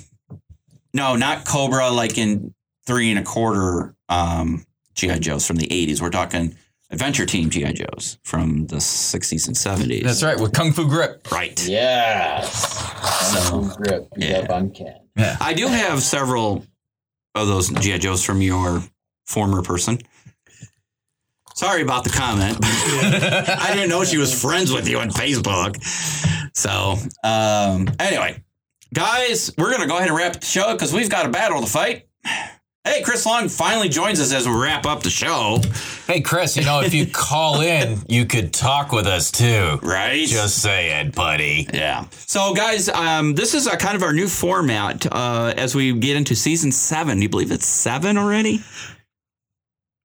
S1: no, not Cobra like in three and a quarter um, GI Joes from the '80s. We're talking Adventure Team GI Joes from the '60s and '70s.
S4: That's right. With Kung Fu Grip.
S1: right.
S6: Yes.
S1: So,
S6: Kung Fu grip. Beat
S1: yeah.
S6: up on Ken.
S1: I do have several of those GI Joes from your former person. Sorry about the comment. I didn't know she was friends with you on Facebook. So, um, anyway, guys, we're going to go ahead and wrap up the show because we've got a battle to fight. Hey, Chris Long finally joins us as we wrap up the show,
S4: Hey, Chris, you know, if you call in, you could talk with us too.
S1: right?
S4: Just saying, buddy.
S1: Yeah. So, guys, um, this is uh kind of our new format uh, as we get into season seven. Do you believe it's seven already?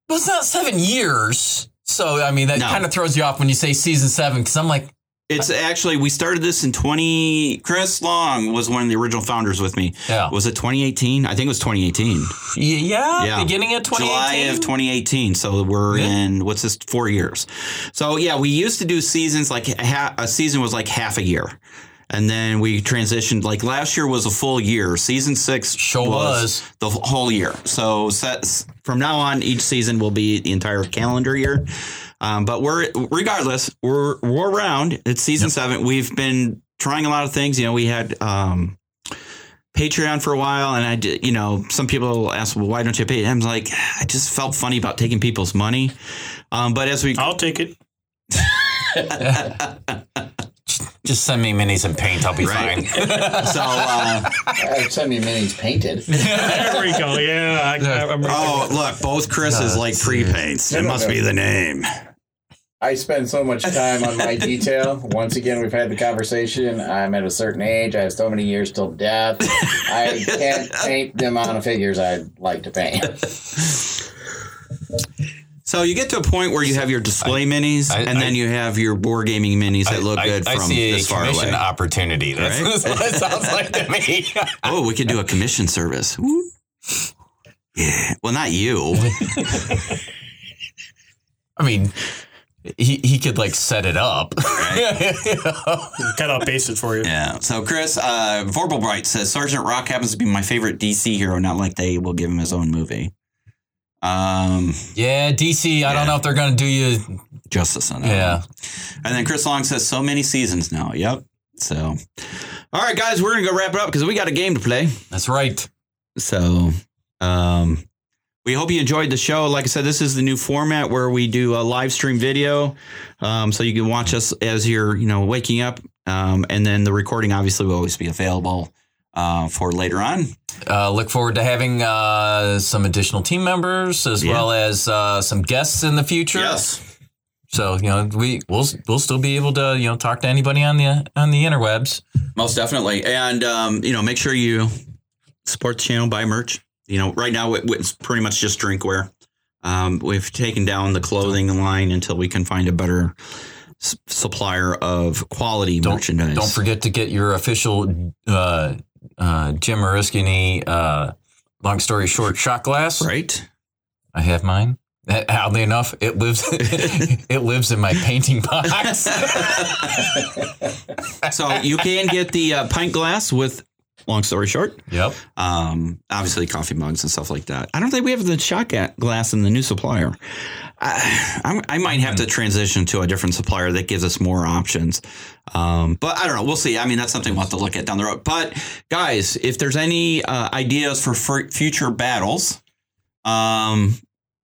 S4: Well, it's not seven years. So, I mean, that
S1: No.
S4: kind of throws you off when you say season seven, because I'm like,
S1: It's actually we started this in 20 Chris Long was one of the original founders with me.
S4: yeah.
S1: Was it 2018? I think it was 2018.
S4: Y- yeah,
S1: Yeah.
S4: beginning of 2018.
S1: July of 2018. So we're
S4: Yeah.
S1: in what's this 4 years. So yeah, we used to do seasons like ha- a season was like half a year. And then we transitioned like last year was a full year. Season 6
S4: Sure was.
S1: the whole year. So sets from now on each season will be the entire calendar year. Um, but we're regardless, we're we're around. It's season seven. We've been trying a lot of things. You know, we had um, Patreon for a while, and I did. You know, some people ask, "Well, why don't you pay?" And I'm like, I just felt funny about taking people's money. Um, but as we
S7: I'll take it.
S4: Just send me minis and paint. I'll be
S1: Right.
S4: fine.
S1: so uh,
S6: Alright, Send me minis painted.
S7: There we go. Yeah, I, I, I'm
S1: oh look, both Chris's like prepaints. It must be the name.
S6: I spend so much time on my detail. Once again, we've had the conversation. I'm at a certain age. I have so many years till death. I can't paint the amount of figures I'd like to paint.
S1: So you get to a point where you have your display minis,
S4: I-
S1: and
S4: I-
S1: then you have your board gaming minis that look
S4: I,
S1: good
S4: I
S1: from
S4: see a
S1: this far
S4: commission
S1: away.
S4: opportunity. That's,
S1: Right?
S4: that's what it sounds like to me.
S1: Oh, we could do a commission service. Woo. Yeah. Well, not you.
S4: I mean, he, he could like set it up.
S7: cut out bases for you.
S1: Yeah. So Chris uh, Vorbelbright says Sergeant Rock happens to be my favorite DC hero. Not like they will give him his own movie. Um,
S4: yeah, DC, I
S1: Yeah.
S4: don't know if they're going to do you.
S1: justice on that. one.
S4: Yeah.
S1: And then Chris Long says so many seasons now. Yep. So, all right, guys, we're gonna go wrap it up because we got a game to play.
S4: That's right.
S1: So, um, we hope you enjoyed the show. Like I said, this is the new format where we do a live stream video, um, so you can watch us as you're, you know, waking up, um, and then the recording obviously will always be available uh, for later on.
S4: Uh, look forward to having uh, some additional team members as
S1: Yeah.
S4: well as uh, some guests in the future. So you know we we'll we'll still be able to you know talk to anybody on the on the interwebs.
S1: most definitely. And um, you know, make sure you support the channel, buy merch. You know, right now it, it's pretty much just drinkware. Um, we've taken down the clothing line until we can find a better s- supplier of quality merchandise.
S4: Don't forget to get your official uh, uh, Jim Moriskini, uh long story short shot glass.
S1: right?
S4: I have mine. Uh, Oddly enough, it lives it lives in my painting box.
S1: So you can get the uh, pint glass with. Long story short,
S4: yep.
S1: um, obviously coffee mugs and stuff like that. I don't think we have the shot ga- glass in the new supplier. I, I'm- I might have to transition to a different supplier that gives us more options. Um, but I don't know. We'll see. I mean, that's something we'll have to look at down the road. But guys, if there's any uh, ideas for f- future battles, um,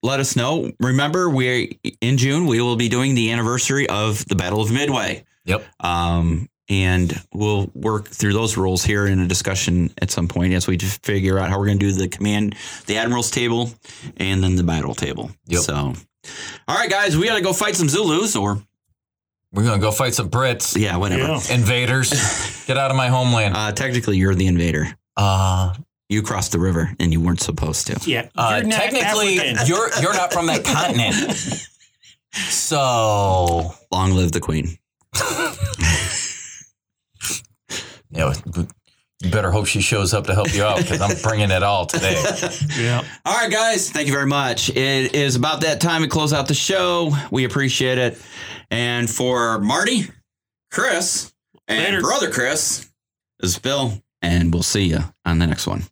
S1: let us know. Remember, we in June we will be doing the anniversary of the Battle of Midway.
S4: Yep.
S1: Um, and we'll work through those rules here in a discussion at some point as we just figure out how we're going to do the command, the admiral's table, and then the battle table.
S4: Yep.
S1: So, all right, guys, we got to go fight some Zulus or
S4: We're gonna go fight some Brits,
S1: yeah, whatever.
S7: Yeah.
S4: invaders. Get out of my homeland.
S1: Uh, technically, you're the invader.
S4: Uh,
S1: You crossed the river and you weren't supposed to.
S7: Yeah.
S4: uh,
S7: you're not
S4: technically,
S7: African.
S4: you're you're not from that continent. So
S1: Long live the queen.
S4: yeah, you better hope she shows up to help you out because I'm bringing it all today.
S7: Yeah.
S1: All right, guys. Thank you very much. It is about that time to close out the show. We appreciate it. And for Marty, Chris, and
S7: Later.
S1: brother Chris, this is Bill. And we'll see you on the next one.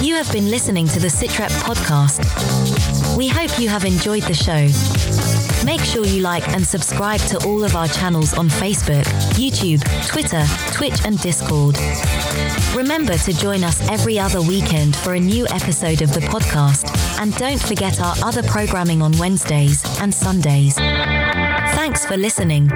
S3: You have been listening to the Sitrep podcast. We hope you have enjoyed the show. Make sure you like and subscribe to all of our channels on Facebook, YouTube, Twitter, Twitch, and Discord. Remember to join us every other weekend for a new episode of the podcast, and don't forget our other programming on Wednesdays and Sundays. Thanks for listening.